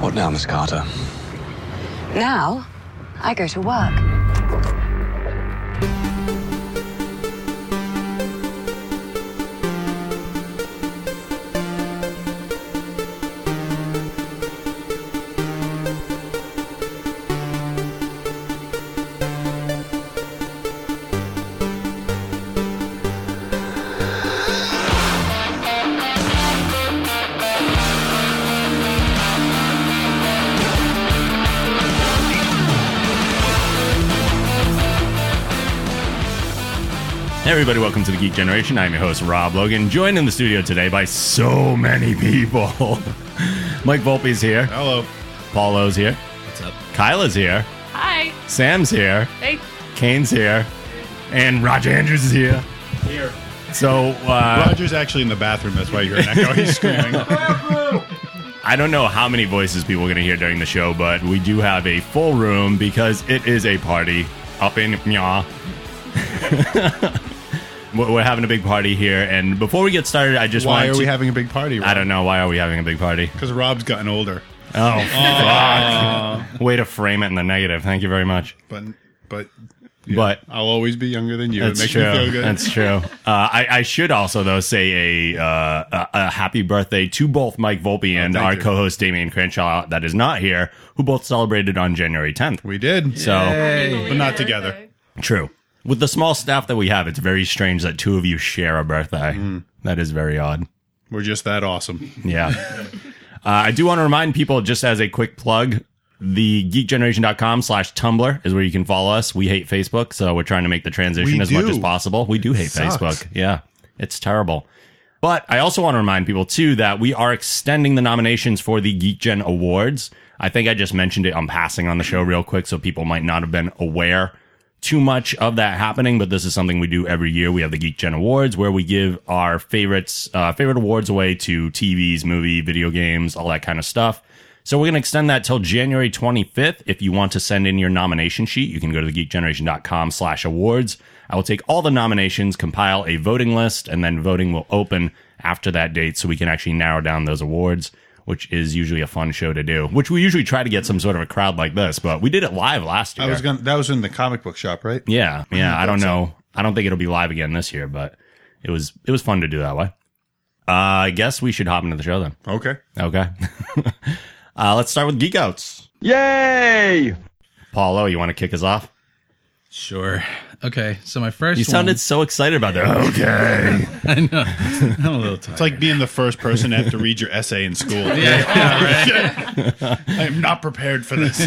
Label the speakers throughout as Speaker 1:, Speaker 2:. Speaker 1: What now, Miss Carter?
Speaker 2: Now, I go to work.
Speaker 3: Hey everybody, welcome to the Geek Generation. I'm your host, Rob Logan, joined in the studio today by so many people. Mike Volpe's here,
Speaker 4: Hello.
Speaker 3: Paulo's here,
Speaker 4: What's up?
Speaker 3: Kyla's here,
Speaker 5: Hi.
Speaker 3: Sam's here,
Speaker 5: Hey.
Speaker 3: Kane's here, and Roger Andrews is here.
Speaker 4: Here.
Speaker 3: So uh,
Speaker 4: Roger's actually in the bathroom. That's why you're an echo. He's screaming.
Speaker 3: I don't know how many voices people are going to hear during the show, but we do have a full room because it is a party up in Mya. We're we're having a big party here, and before we get started, I just
Speaker 4: why
Speaker 3: want
Speaker 4: are
Speaker 3: to,
Speaker 4: we having a big party?
Speaker 3: I don't know why are we having a big party.
Speaker 4: Because Rob's gotten older.
Speaker 3: Oh, fuck. Way to frame it in the negative. Thank you very much.
Speaker 4: But but
Speaker 3: But
Speaker 4: I'll always be younger than you.
Speaker 3: that's
Speaker 4: it makes
Speaker 3: true.
Speaker 4: me feel good.
Speaker 3: That's true. Uh, I, I should also, though, say a, uh, a, a happy birthday to both Mike Volpe and
Speaker 4: Oh, thank
Speaker 3: our
Speaker 4: you.
Speaker 3: co host, Damian Crenshaw, that is not here, who both celebrated on January 10th.
Speaker 4: we did.
Speaker 3: So,
Speaker 4: But not together.
Speaker 3: true. With the small staff that we have, it's very strange that two of you share a birthday.
Speaker 4: Mm.
Speaker 3: That is very odd.
Speaker 4: We're just that awesome.
Speaker 3: Yeah. uh, I do want to remind people, just as a quick plug, the geekgeneration.com slash Tumblr is where you can follow us. We hate Facebook, so we're trying to make the transition
Speaker 4: We
Speaker 3: as much
Speaker 4: do.
Speaker 3: as possible. We do hate
Speaker 4: Sucks.
Speaker 3: Facebook. Yeah. It's terrible. But I also want to remind people, too, that we are extending the nominations for the Geek Gen Awards. I think I just mentioned it on passing on the show real quick, so people might not have been aware too much of that happening, but this is something we do every year. We have the Geek Gen Awards where we give our favorites, uh, favorite awards away to TVs, movie, video games, all that kind of stuff. So we're going to extend that till January 25th. If you want to send in your nomination sheet, you can go to thegeekgeneration.com slash awards. I will take all the nominations, compile a voting list, and then voting will open after that date so we can actually narrow down those awards, which is usually a fun show to do, which we usually try to get some sort of a crowd like this, but we did it live last year.
Speaker 4: I was gonna. That was in the comic book shop, right?
Speaker 3: Yeah, yeah. I don't know. I don't think it'll be live again this year, but it was it was fun to do that way. Uh, I guess we should hop into the show then.
Speaker 4: Okay.
Speaker 3: Okay. uh, let's start with Geek Outs.
Speaker 6: Yay!
Speaker 3: Paulo, you want to kick us off?
Speaker 7: Sure. Okay. So my first
Speaker 3: You
Speaker 7: one-
Speaker 3: sounded so excited about that. Okay.
Speaker 7: I know. I'm a little tired.
Speaker 4: It's like being the first person to have to read your essay in school. yeah. I am not prepared for this.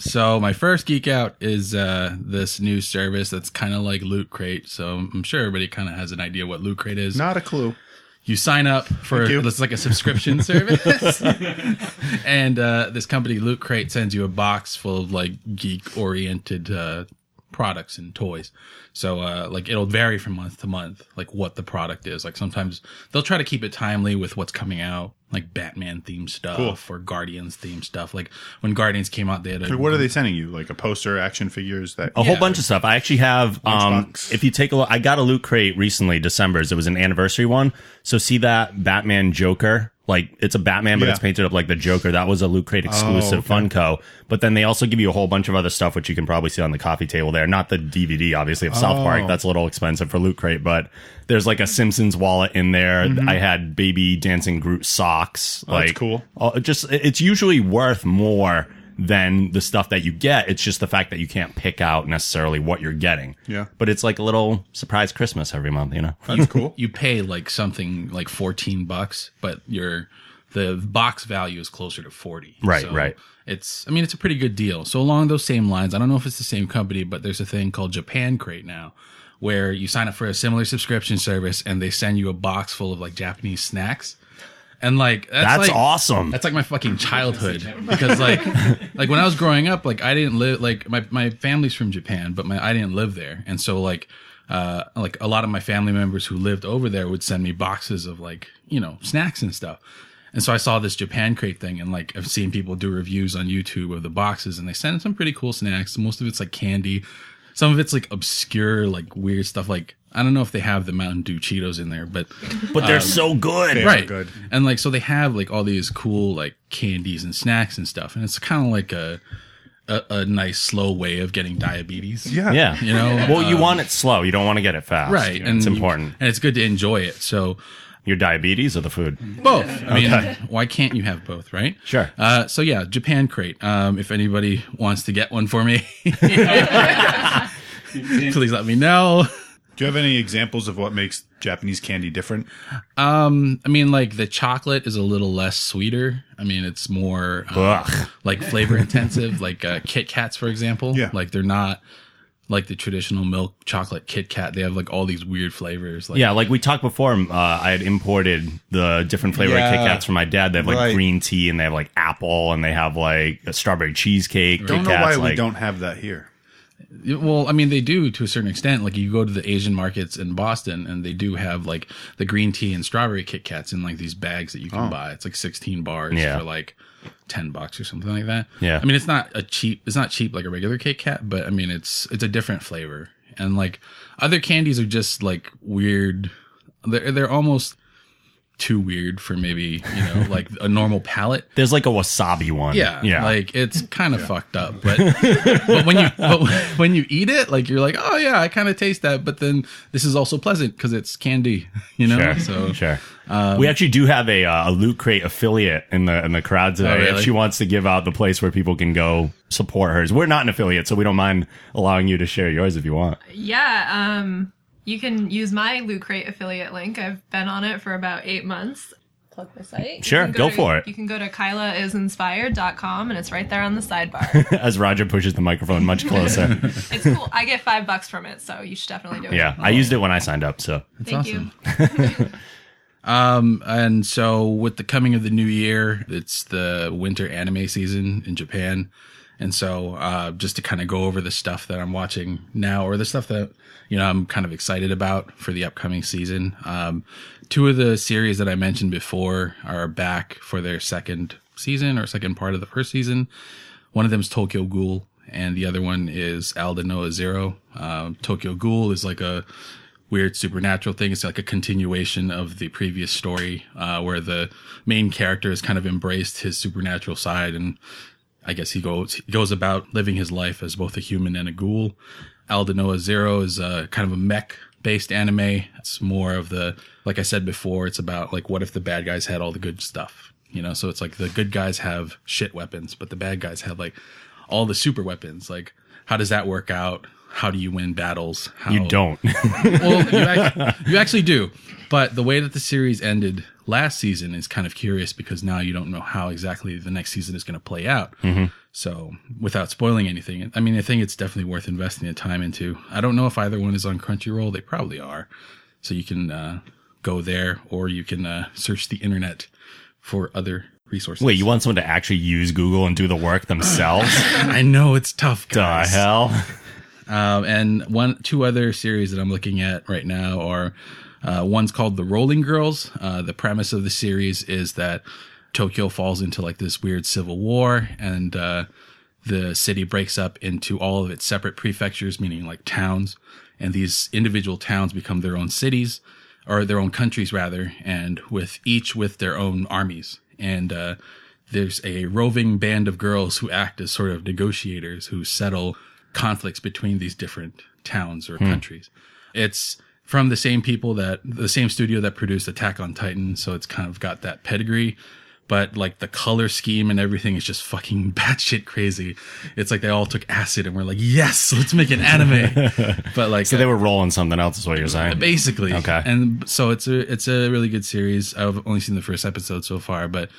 Speaker 7: So my first geek out is uh, this new service that's kind of like Loot Crate. So I'm sure everybody kind of has an idea what Loot Crate is.
Speaker 4: not a clue.
Speaker 7: you sign up for
Speaker 4: Thank you.
Speaker 7: it's like a subscription service and uh, this company loot crate sends you a box full of like geek oriented uh, products and toys so uh, like it'll vary from month to month like what the product is like sometimes they'll try to keep it timely with what's coming out like batman themed stuff or guardians themed stuff like when guardians came out they had a
Speaker 4: What are they sending you? Like a poster, action figures? That
Speaker 3: A whole bunch of stuff. I actually have. Um,
Speaker 4: Lunchbox.
Speaker 3: if you take a look, I got a loot crate recently, December's. It was an anniversary one. So see that Batman Joker. Like it's a Batman, but
Speaker 4: Yeah. Oh,
Speaker 3: it's painted up like the Joker. That was a loot crate exclusive Funko. But then they also give you a whole bunch of other stuff, which you can probably see on the coffee table there. Not the DVD, obviously, of South
Speaker 4: Oh.
Speaker 3: Park. That's a little expensive for loot crate, but there's like a Simpsons wallet in there. I had baby dancing Groot socks. like
Speaker 4: Mm-hmm. Oh, that's cool.
Speaker 3: all- Uh, it just it- it's usually worth more than the stuff that you get. It's just the fact that you can't pick out necessarily what you're getting.
Speaker 4: Yeah.
Speaker 3: But it's like a little surprise Christmas every month, you know.
Speaker 4: That's cool.
Speaker 7: you pay like something like 14 bucks but your the box value is closer to 40
Speaker 3: Right,
Speaker 7: So
Speaker 3: right.
Speaker 7: it's i mean it's a pretty good deal so along those same lines i don't know if it's the same company but there's a thing called japan crate now where you sign up for a similar subscription service and they send you a box full of like japanese snacks and like that's,
Speaker 3: That's
Speaker 7: like-
Speaker 3: awesome.
Speaker 7: that's like my fucking childhood because like like when I was growing up, like I didn't live like my my family's from Japan, but my I didn't live there, and so like uh like a lot of my family members who lived over there would send me boxes of like you know snacks and stuff. And so I saw this Japan crate thing, and like I've seen people do reviews on YouTube of the boxes, and they send some pretty cool snacks. Most of it's like candy, some of it's like obscure, like weird stuff, like I don't know if they have the Mountain Dew Cheetos in there, but
Speaker 3: But they're so good.
Speaker 4: They are
Speaker 7: right.
Speaker 4: Um, good.
Speaker 7: And like so they have like all these cool like candies and snacks and stuff, and it's kind of like a, a a nice slow way of getting diabetes.
Speaker 4: Yeah.
Speaker 3: Yeah.
Speaker 7: You know,
Speaker 3: Well, you
Speaker 7: um,
Speaker 3: want it slow. You don't want to get it fast.
Speaker 7: right,
Speaker 3: And it's
Speaker 7: you-
Speaker 3: important.
Speaker 7: and it's good to enjoy it. So
Speaker 3: Your diabetes or the food?
Speaker 7: both. I mean, why can't you have both, right?
Speaker 3: Sure.
Speaker 7: Uh, so yeah, Japan Crate. Um, if anybody wants to get one for me, please let me know.
Speaker 4: Do you have any examples of what makes Japanese candy different?
Speaker 7: Um, I mean, like the chocolate is a little less sweeter. I mean, it's more um,
Speaker 3: Ugh.
Speaker 7: like flavor intensive, like uh, Kit Kats, for example.
Speaker 4: Yeah.
Speaker 7: Like they're not like the traditional milk chocolate Kit Kat. They have like all these weird flavors. Like,
Speaker 3: Yeah, like we talked before, um, uh, I had imported the different flavored
Speaker 4: Yeah.
Speaker 3: Kit Kats from my dad. They have like
Speaker 4: Right.
Speaker 3: green tea and they have like apple and they have like a strawberry cheesecake.
Speaker 4: Don't
Speaker 3: Kit
Speaker 4: know why
Speaker 3: Kats,
Speaker 4: we
Speaker 3: like-
Speaker 4: don't have that here.
Speaker 7: Well, I mean, they do to a certain extent. Like you go to the Asian markets in Boston, and they do have like the green tea and strawberry Kit Kats in like these bags that you can buy. It's like sixteen bars
Speaker 3: Oh. Yeah.
Speaker 7: for like ten bucks or something like that.
Speaker 3: Yeah.
Speaker 7: I mean, it's not a cheap. It's not cheap like a regular Kit Kat, but I mean, it's it's a different flavor. And like other candies are just like weird. They're they're almost too weird for maybe you know like a normal palate.
Speaker 3: There's like a wasabi one.
Speaker 7: Yeah,
Speaker 3: Yeah.
Speaker 7: Like it's kind of fucked up, but but when you but when you eat it, like you're like, oh yeah, I kind of taste that, but then this is also pleasant because it's candy, you know.
Speaker 3: Sure, um,
Speaker 7: So
Speaker 3: sure. we actually do have a, uh, a Loot Crate affiliate in the in the crowd today. If
Speaker 7: really?
Speaker 3: she wants to give out the place where people can go support hers, we're not an affiliate, so we don't mind allowing you to share yours if you want.
Speaker 1: Yeah, um, you can use my Loot Crate affiliate link. I've been on it for about eight months. Plug my site. You
Speaker 3: Sure,
Speaker 1: can
Speaker 3: go
Speaker 1: to-
Speaker 3: for it.
Speaker 1: You can go to kylaisinspired.com and it's right there on the sidebar.
Speaker 3: As Roger pushes the microphone much closer.
Speaker 1: it's cool. I get five bucks from it, so you should definitely do it.
Speaker 3: yeah, I used it when I signed up. So
Speaker 1: Thank you.
Speaker 7: Um, and so with the coming of the new year, it's the winter anime season in Japan. And so, uh, just to kind of go over the stuff that I'm watching now or the stuff that, you know, I'm kind of excited about for the upcoming season. Um, two of the series that I mentioned before are back for their second season or second part of the first season. One of them is Tokyo Ghoul, and the other one is Alda Noah Zero. Um, Tokyo Ghoul is like a weird supernatural thing. It's like a continuation of the previous story, uh, where the main character has kind of embraced his supernatural side, and I guess he goes he goes about living his life as both a human and a ghoul. Alda Noah Zero is a kind of a mech based anime. It's more of the like I said before, it's about like what if the bad guys had all the good stuff. You know, so it's like the good guys have shit weapons, but the bad guys have like all the super weapons. Like, how does that work out? How do you win battles? How,
Speaker 3: you don't.
Speaker 7: well, Oh, you actually, you actually do. But the way that the series ended last season is kind of curious because now you don't know how exactly the next season is going to play out. So, without spoiling anything, I mean, I think it's definitely worth investing the time into. I don't know if either one is on Crunchyroll. They probably are. So, you can uh, go there or you can uh, search the internet for other resources.
Speaker 3: Wait, you want someone to actually use Google and do the work themselves?
Speaker 7: I know it's tough,
Speaker 3: the
Speaker 7: guys.
Speaker 3: hell?
Speaker 7: Um, and one, two other series that I'm looking at right now are uh, one's called The Rolling Girls. Uh, the premise of the series is that Tokyo falls into like this weird civil war, and uh, the city breaks up into all of its separate prefectures, meaning like towns, and these individual towns become their own cities or their own countries rather, and with each with their own armies. And uh, there's a roving band of girls who act as sort of negotiators who settle conflicts between these different towns or countries. It's from the same people that the same studio that produced Attack on Titan, so it's kind of got that pedigree. But like the color scheme and everything is just fucking batshit crazy. It's like they all took acid and we're like, yes, let's make an anime. but like,
Speaker 3: So they were rolling something else, is what you're saying?
Speaker 7: basically
Speaker 3: Okay.
Speaker 7: and so it's a it's a really good series i've only seen the first episode so far but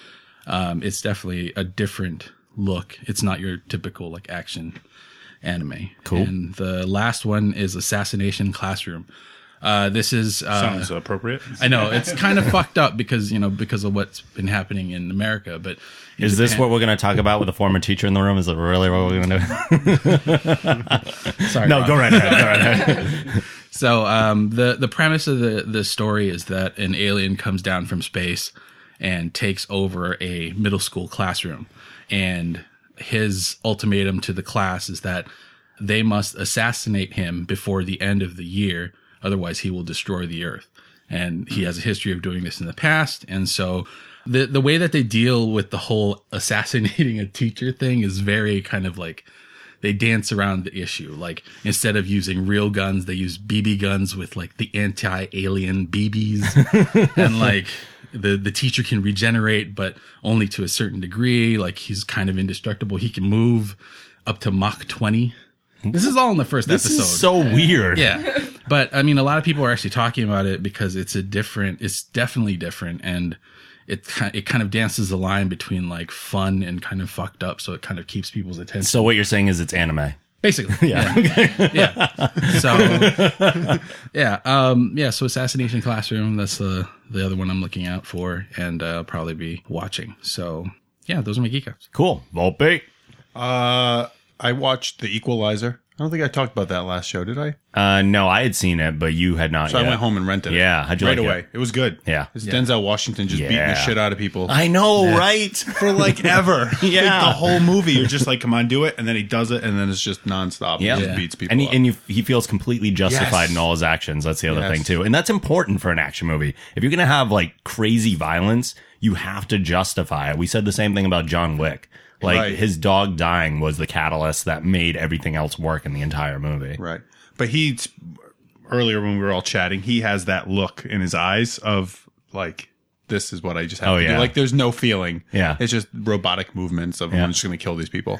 Speaker 7: um it's definitely a different look it's not your typical like action anime
Speaker 3: Cool.
Speaker 7: and the last one is assassination classroom uh this is uh
Speaker 4: Sounds appropriate.
Speaker 7: i know it's kind of fucked up because you know because of what's been happening in america but in
Speaker 3: Is this
Speaker 7: Japan-
Speaker 3: what we're going to talk about with a former teacher in the room? Is it really what we're going to do?
Speaker 7: sorry
Speaker 3: no,
Speaker 7: Rob.
Speaker 3: go right ahead. Go right ahead.
Speaker 7: So um, the the premise of the the story is that an alien comes down from space and takes over a middle school classroom, and his ultimatum to the class is that they must assassinate him before the end of the year, Otherwise, he will destroy the earth. And he has a history of doing this in the past. And so the, the way that they deal with the whole assassinating a teacher thing is very kind of like they dance around the issue. Like instead of using real guns, they use BB guns with like the anti-alien BBs, and like the the teacher can regenerate, but only to a certain degree. Like he's kind of indestructible. He can move up to Mach twenty. This is all in the first
Speaker 3: This
Speaker 7: episode.
Speaker 3: is so weird.
Speaker 7: Yeah. But I mean, a lot of people are actually talking about it because it's a different, it's definitely different. And it, ki- it kind of dances the line between like fun and kind of fucked up. So it kind of keeps people's attention.
Speaker 3: So what you're saying is it's anime.
Speaker 7: Basically. Yeah. Yeah. So yeah. Um yeah, so Assassination Classroom, that's the the other one I'm looking out for and uh, I'll probably be watching. So yeah, those are my geek ups.
Speaker 3: Cool. Volpe.
Speaker 4: Uh, I watched The Equalizer. I don't think I talked about that last show, did I?
Speaker 3: Uh, no, I had seen it, but you had not.
Speaker 4: So
Speaker 3: yet.
Speaker 4: I went home and rented it.
Speaker 3: Yeah, how'd you
Speaker 4: right
Speaker 3: like it?
Speaker 4: away. It? was good.
Speaker 3: Yeah.
Speaker 4: it's Denzel Washington just beating the
Speaker 3: Yeah.
Speaker 4: shit out of people.
Speaker 3: I know, right?
Speaker 4: for like ever.
Speaker 3: Yeah.
Speaker 4: Like the whole movie, you're just like, come on, do it. And then he does it, and then it's just nonstop.
Speaker 3: Yeah.
Speaker 4: He just beats people.
Speaker 3: and he,
Speaker 4: up.
Speaker 3: and you, he feels completely justified
Speaker 4: Yes.
Speaker 3: in all his actions. That's the other
Speaker 4: Yes.
Speaker 3: thing too, and that's important for an action movie. If you're gonna have like crazy violence, you have to justify it. We said the same thing about John Wick. Like
Speaker 4: Right.
Speaker 3: his dog dying was the catalyst that made everything else work in the entire movie.
Speaker 4: right. But he's earlier when we were all chatting, he has that look in his eyes of like, this is what I just have
Speaker 3: Oh,
Speaker 4: to
Speaker 3: yeah.
Speaker 4: do. Like, there's no feeling.
Speaker 3: Yeah.
Speaker 4: It's just robotic movements of, I'm just going to kill these people.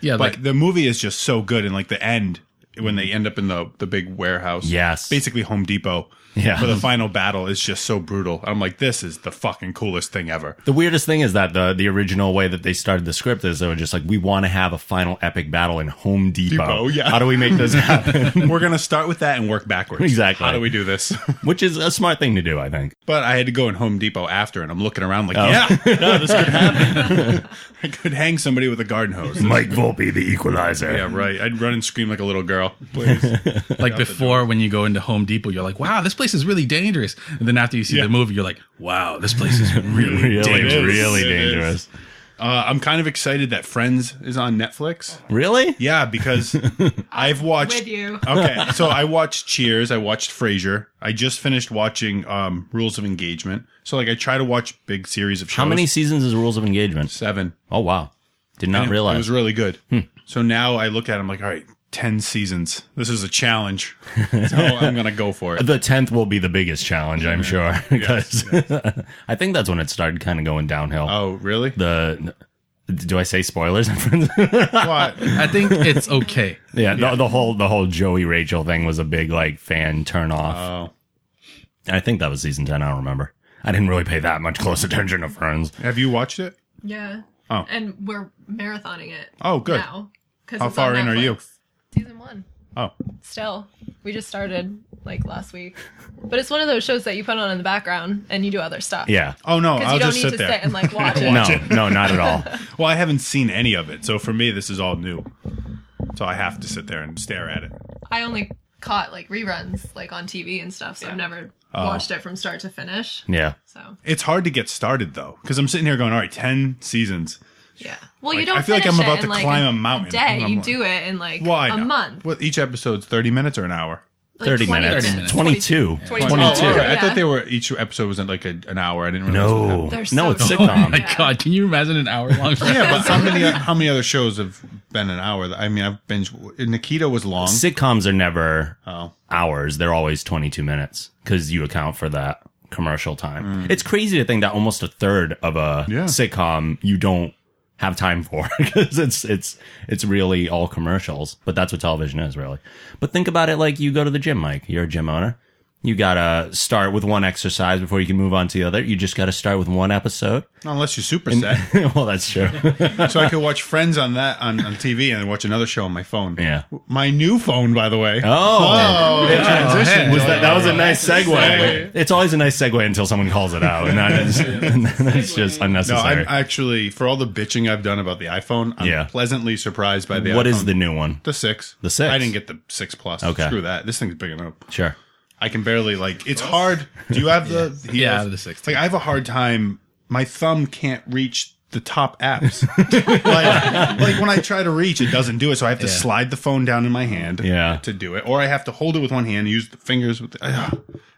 Speaker 7: Yeah,
Speaker 4: like
Speaker 7: like
Speaker 4: the movie is just so good and like the end when they end up in the the big warehouse
Speaker 3: Yes.
Speaker 4: basically home depot
Speaker 3: Yeah.
Speaker 4: for the final battle is just so brutal i'm like this is the fucking coolest thing ever
Speaker 3: The weirdest thing is that the the original way that they started the script is they were just like, we want to have a final epic battle in Home Depot.
Speaker 4: Depot, Oh, yeah.
Speaker 3: Oh, How do we make this happen?
Speaker 4: we're gonna start with that and work backwards
Speaker 3: Exactly.
Speaker 4: how do we do this
Speaker 3: Which is a smart thing to do, I think.
Speaker 4: but i had to go in home depot after and i'm looking around
Speaker 3: Oh.
Speaker 4: like yeah no, this could happen i could hang somebody with a garden hose
Speaker 3: Mike Volpe, the equalizer.
Speaker 4: yeah right i'd run and scream like a little girl Uh, please
Speaker 7: like before when you go into Home Depot, you're like, wow, this place is really dangerous. And then after you see
Speaker 4: Yeah.
Speaker 7: the movie, you're like, wow, this place is really
Speaker 3: Really,
Speaker 7: dangerous.
Speaker 3: really
Speaker 4: It is.
Speaker 3: dangerous.
Speaker 4: uh, i'm kind of excited that friends is on netflix
Speaker 3: Really?
Speaker 4: yeah because i've watched
Speaker 1: With you.
Speaker 4: okay, so I watched Cheers. I watched Frasier. I just finished watching um, Rules of Engagement. So like, I try to watch big series of shows.
Speaker 3: How many seasons is Rules of Engagement?
Speaker 4: Seven.
Speaker 3: Oh wow, did not
Speaker 4: It
Speaker 3: realize. Hmm.
Speaker 4: was really good. So now I look at. it, I'm like, all right, ten seasons. This is a challenge. So I'm gonna go for it.
Speaker 3: the tenth will be the biggest challenge, I'm sure, because I think that's when it started kind of going downhill.
Speaker 4: Oh, really?
Speaker 3: the do I say spoilers?
Speaker 4: What?
Speaker 7: I think it's okay.
Speaker 3: yeah, The, the whole the whole Joey Rachel thing was a big like fan turn off.
Speaker 4: Oh,
Speaker 3: I think that was season ten. I don't remember. I didn't really pay that much close attention to Friends.
Speaker 4: have you watched it?
Speaker 1: Yeah.
Speaker 4: Oh.
Speaker 1: And we're marathoning it.
Speaker 4: Oh, good.
Speaker 1: Now, 'cause
Speaker 4: How
Speaker 1: it's on
Speaker 4: far in are you?
Speaker 1: Netflix. Season one.
Speaker 4: Oh,
Speaker 1: Still, we just started like last week, but it's one of those shows that you put on in the background and you do other stuff.
Speaker 3: Yeah.
Speaker 4: oh no!
Speaker 1: Because
Speaker 4: I'll
Speaker 1: you don't
Speaker 4: just
Speaker 1: need
Speaker 4: sit
Speaker 1: to
Speaker 4: there.
Speaker 1: sit and like watch it.
Speaker 3: No, no, not at all.
Speaker 4: well, I haven't seen any of it, so for me, this is all new. So I have to sit there and stare at it.
Speaker 1: I only caught like reruns like on TV and stuff, so I've never
Speaker 4: Oh.
Speaker 1: watched it from start to finish.
Speaker 3: Yeah.
Speaker 1: So
Speaker 4: It's hard to get started though, because I'm sitting here going, all right, ten seasons.
Speaker 1: yeah. Well,
Speaker 4: Like,
Speaker 1: you don't.
Speaker 4: I feel like
Speaker 1: finish
Speaker 4: I'm
Speaker 1: it
Speaker 4: about
Speaker 1: in,
Speaker 4: to
Speaker 1: like,
Speaker 4: climb a
Speaker 1: a
Speaker 4: mountain.
Speaker 1: Day,
Speaker 4: I'm
Speaker 1: you
Speaker 4: like-
Speaker 1: do it in like
Speaker 4: Well, I
Speaker 1: a
Speaker 4: know.
Speaker 1: month.
Speaker 4: Well, each episode's 30 minutes or an hour?
Speaker 1: like,
Speaker 3: 30
Speaker 1: 20
Speaker 3: minutes.
Speaker 7: 30 minutes.
Speaker 3: 22.
Speaker 1: 22.
Speaker 4: Oh, all right. I
Speaker 1: Yeah.
Speaker 4: thought they were each episode was in like a, an hour. I didn't realize.
Speaker 3: No.
Speaker 1: They're so
Speaker 3: no, it's
Speaker 1: short.
Speaker 3: sitcom.
Speaker 7: Oh my God, can you imagine an hour long?
Speaker 4: Yeah, but how many how many other shows have been an hour? I mean, I've binge. Nikita was long.
Speaker 3: Sitcoms are never
Speaker 4: Oh.
Speaker 3: hours; they're always twenty-two minutes because you account for that commercial time. It's crazy to think that almost a third of a
Speaker 4: Yeah.
Speaker 3: sitcom you don't have time for because it's it's it's really all commercials. But that's what television is really. But think about it like you go to the gym, Mike. You're a gym owner. You gotta start with one exercise before you can move on to the other. You just gotta start with one episode.
Speaker 4: Unless you superset,
Speaker 3: well, that's true.
Speaker 4: so I could watch Friends on that on, on TV and then watch another show on my phone.
Speaker 3: Yeah.
Speaker 4: my new phone, by the way.
Speaker 3: Oh,
Speaker 4: Oh, the transition
Speaker 3: was that, that was a nice segue. It's always a nice segue until someone calls it out, and that is, and then it's just
Speaker 4: No,
Speaker 3: unnecessary.
Speaker 4: I'm actually for all the bitching I've done about the iPhone, I'm
Speaker 3: Yeah.
Speaker 4: pleasantly surprised by the.
Speaker 3: what is
Speaker 4: iPhone.
Speaker 3: the new one?
Speaker 4: um, the six?
Speaker 3: The six.
Speaker 4: I didn't get the six plus.
Speaker 3: Okay.
Speaker 4: screw that. This thing's big enough.
Speaker 3: Sure.
Speaker 4: I can barely like. It's hard. Do you have the? he
Speaker 7: Yeah, I
Speaker 4: has-
Speaker 7: have the 16.
Speaker 4: Like I have a hard time. My thumb can't reach the top apps. like, like when I try to reach, it doesn't do it. So I have to slide the phone down in my hand
Speaker 3: Yeah.
Speaker 4: to do it, or I have to hold it with one hand and use the fingers with. The, ah.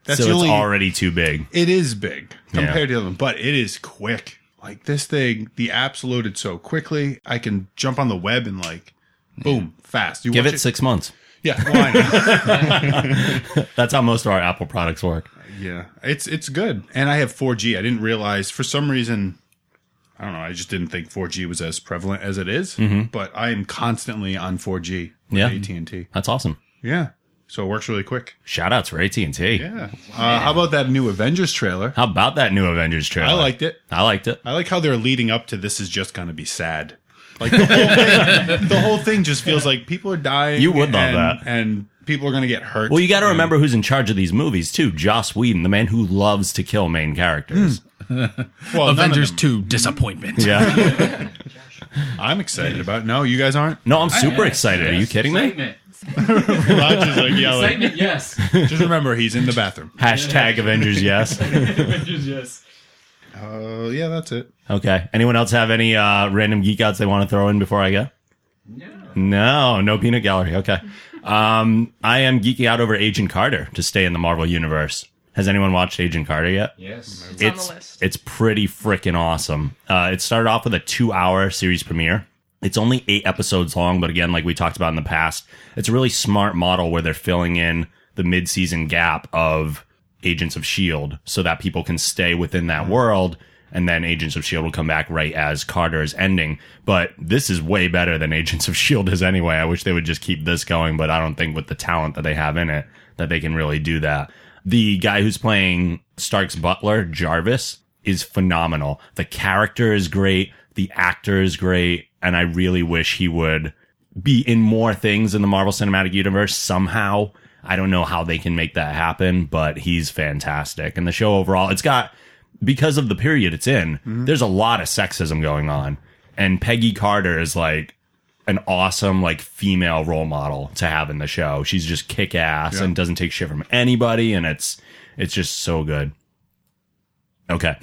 Speaker 4: that's
Speaker 3: so
Speaker 4: the only.
Speaker 3: it's already too big.
Speaker 4: it is big compared
Speaker 3: Yeah.
Speaker 4: to the other one, but it is quick. Like this thing, the app's loaded so quickly. I can jump on the web and like, boom, fast. You
Speaker 3: Give
Speaker 4: watch
Speaker 3: it six months.
Speaker 4: Yeah, well, I know.
Speaker 3: That's how most of our Apple products work.
Speaker 4: Yeah, it's it's good, and I have 4G. I didn't realize for some reason, I don't know. I just didn't think 4G was as prevalent as it is, But I am constantly on 4G. with
Speaker 3: Mm-hmm. Yeah.
Speaker 4: AT and T.
Speaker 3: That's awesome.
Speaker 4: Yeah, so it works really quick.
Speaker 3: Shout outs for AT and T.
Speaker 4: Yeah. Uh, how about that new Avengers trailer?
Speaker 3: How about that new Avengers trailer?
Speaker 4: I liked it.
Speaker 3: I liked it.
Speaker 4: I like how they're leading up to this is just gonna be sad. Like the whole thing, the whole thing just feels like people are dying.
Speaker 3: You would love
Speaker 4: and-
Speaker 3: that.
Speaker 4: and people are gonna get hurt.
Speaker 3: Well, you got to remember who's in charge of these movies too. Joss Whedon, the man who loves to kill main characters.
Speaker 4: Hmm. Well, none of
Speaker 7: Avengers
Speaker 4: them.
Speaker 7: 2 disappointment.
Speaker 3: Yeah.
Speaker 4: I'm excited about. No, you guys aren't.
Speaker 3: No, I'm super excited. Are you kidding me?
Speaker 5: Excitement.
Speaker 4: Roger's like yelling.
Speaker 5: Excitement, yes.
Speaker 4: Just remember, he's in the bathroom.
Speaker 3: Hashtag Avengers. Yes.
Speaker 5: Avengers, yes.
Speaker 4: Uh, yeah, that's it.
Speaker 3: Okay. Anyone else have any uh, random geek outs they want to throw in before I go? No, no peanut gallery. Okay. Um, I am geeking out over Agent Carter to stay in the Marvel universe. Has anyone watched Agent Carter yet?
Speaker 5: Yes.
Speaker 1: It's on the list.
Speaker 3: It's pretty freaking awesome. Uh, it started off with a two hour series premiere. It's only eight episodes long, but again, like we talked about in the past, it's a really smart model where they're filling in the mid season gap of Agents of S.H.I.E.L.D. E so that people can stay within that
Speaker 1: Mm-hmm.
Speaker 3: world. And then Agents of S.H.I.E.L.D. E will come back right as Carter is ending. But this is way better than Agents of S.H.I.E.L.D. is anyway. I wish they would just keep this going, but I don't think with the talent that they have in it that they can really do that. The guy who's playing Stark's butler, Jarvis, is phenomenal. The character is great. The actor is great. And I really wish he would be in more things in the Marvel Cinematic Universe somehow. I don't know how they can make that happen, but he's fantastic. And the show overall, it's got, because of the period it's in, there's a lot of sexism going on. And Peggy Carter is like an awesome like female role model to have in the show. She's just kick ass and doesn't take shit from anybody, and it's it's just so good. Okay,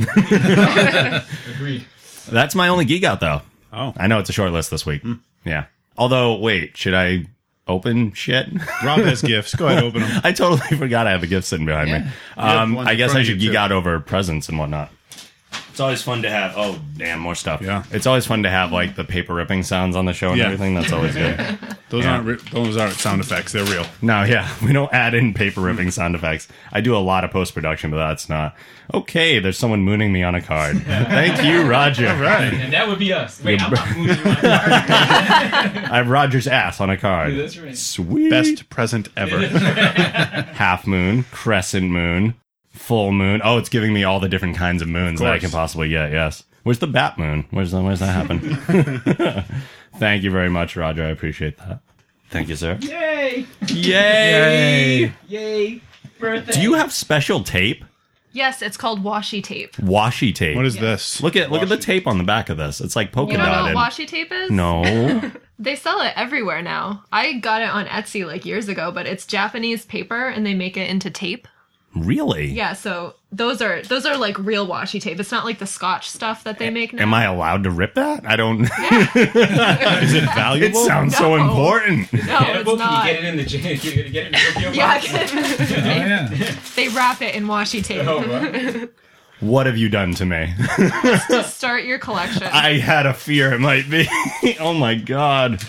Speaker 5: Agreed.
Speaker 3: that's my only geek out though.
Speaker 4: Oh, Hmm.
Speaker 3: I know it's a short list this week. Yeah. Although, wait, should I open shit?
Speaker 4: Rob has gifts. Go ahead, open them.
Speaker 3: I totally forgot I have a gift sitting behind me. Um,
Speaker 4: Yeah, one
Speaker 3: I
Speaker 4: in
Speaker 3: guess
Speaker 4: front
Speaker 3: I
Speaker 4: of
Speaker 3: should
Speaker 4: you,
Speaker 3: geek
Speaker 4: too.
Speaker 3: out over presents and whatnot. It's always fun to have. Oh, damn, more stuff.
Speaker 4: Yeah.
Speaker 3: It's always fun to have like the paper ripping sounds on the show and
Speaker 4: Yeah.
Speaker 3: everything. That's always good.
Speaker 4: Those aren't re- those aren't sound effects. They're real.
Speaker 3: No, yeah, we don't add in paper
Speaker 4: Hmm.
Speaker 3: ripping sound effects. I do a lot of post production, but that's not okay. There's someone mooning me on a card. Thank you, Roger.
Speaker 4: Right.
Speaker 5: And that would be us. Wait, I'm not moving my
Speaker 3: I have Roger's ass on a card.
Speaker 5: That's right.
Speaker 3: Sweet.
Speaker 4: Best present ever.
Speaker 3: half moon, crescent moon, full moon. Oh, it's giving me all the different kinds of moons that I
Speaker 4: course.
Speaker 3: can possibly get. Yes. Where's the bat moon? Where's that? Where's that happen? Thank you very much, Roger. I appreciate that. Thank you, sir.
Speaker 5: Yay!
Speaker 3: Yay!
Speaker 5: Yay! Birthday.
Speaker 3: Do you have special tape?
Speaker 1: Yes, it's called washi tape.
Speaker 3: Washi tape.
Speaker 4: What is this?
Speaker 3: Look at look at the tape on the back of this. It's like polka
Speaker 1: You don't know
Speaker 3: dotted.
Speaker 1: what washi tape is?
Speaker 3: no,
Speaker 1: They sell it everywhere now. I got it on Etsy like years ago, but it's Japanese paper and they make it into tape.
Speaker 3: really?
Speaker 1: Yeah, so those are those are like real washi tape. It's not like the Scotch stuff that they make now.
Speaker 3: Am I allowed to rip that? I don't.
Speaker 4: Is it
Speaker 3: it
Speaker 4: valuable?
Speaker 3: sounds so
Speaker 1: No.
Speaker 3: important.
Speaker 1: No,
Speaker 5: Get a
Speaker 1: it's
Speaker 5: book, you
Speaker 1: not.
Speaker 5: get it in the gym. You get it in the Tokyo
Speaker 1: Yeah, I
Speaker 5: box.
Speaker 1: can-
Speaker 7: Oh, yeah.
Speaker 1: they wrap it in washi tape
Speaker 5: Oh, right.
Speaker 3: What have you done to me?
Speaker 1: to start your collection.
Speaker 3: I had a fear it might be. oh my god.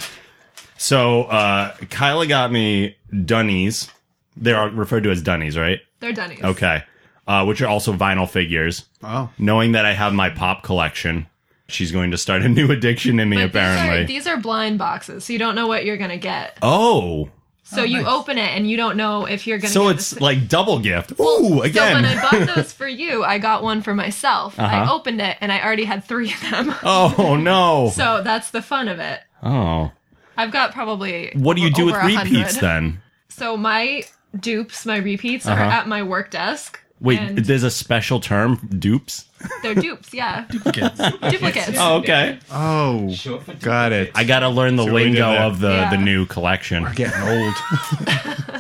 Speaker 3: So uh Kyla got me dunnies. They are referred to as dunnies, right?
Speaker 1: They're Dunnies.
Speaker 3: Okay. Uh, which are also vinyl figures.
Speaker 4: Oh,
Speaker 3: Knowing that I have my pop collection, she's going to start a new addiction in me,
Speaker 1: But
Speaker 3: apparently.
Speaker 1: These are, these are blind boxes, so you don't know what you're gonna get.
Speaker 3: oh.
Speaker 1: So you open it and you don't know if you're gonna.
Speaker 3: So
Speaker 1: get
Speaker 3: it's
Speaker 1: the-
Speaker 3: like double gift. Ooh,
Speaker 1: So when
Speaker 3: again. Uh-huh.
Speaker 1: I bought those for you, I got one for myself. I opened it and I already had three of them.
Speaker 3: oh no.
Speaker 1: So that's the fun of it.
Speaker 3: oh.
Speaker 1: I've got probably.
Speaker 3: What do you do
Speaker 1: over
Speaker 3: with
Speaker 1: 100.
Speaker 3: repeats then?
Speaker 1: So my dupes, my repeats, are
Speaker 3: Uh-huh.
Speaker 1: at my work desk.
Speaker 3: Wait,
Speaker 1: and
Speaker 3: there's a special term, dupes.
Speaker 1: they're dupes. Yeah,
Speaker 7: Kids.
Speaker 1: duplicates.
Speaker 3: Oh, okay.
Speaker 4: oh,
Speaker 5: Short for
Speaker 4: got it.
Speaker 3: I gotta learn the
Speaker 4: So we did
Speaker 3: lingo
Speaker 4: that.
Speaker 3: of the
Speaker 1: Yeah.
Speaker 3: the new collection.
Speaker 4: getting old.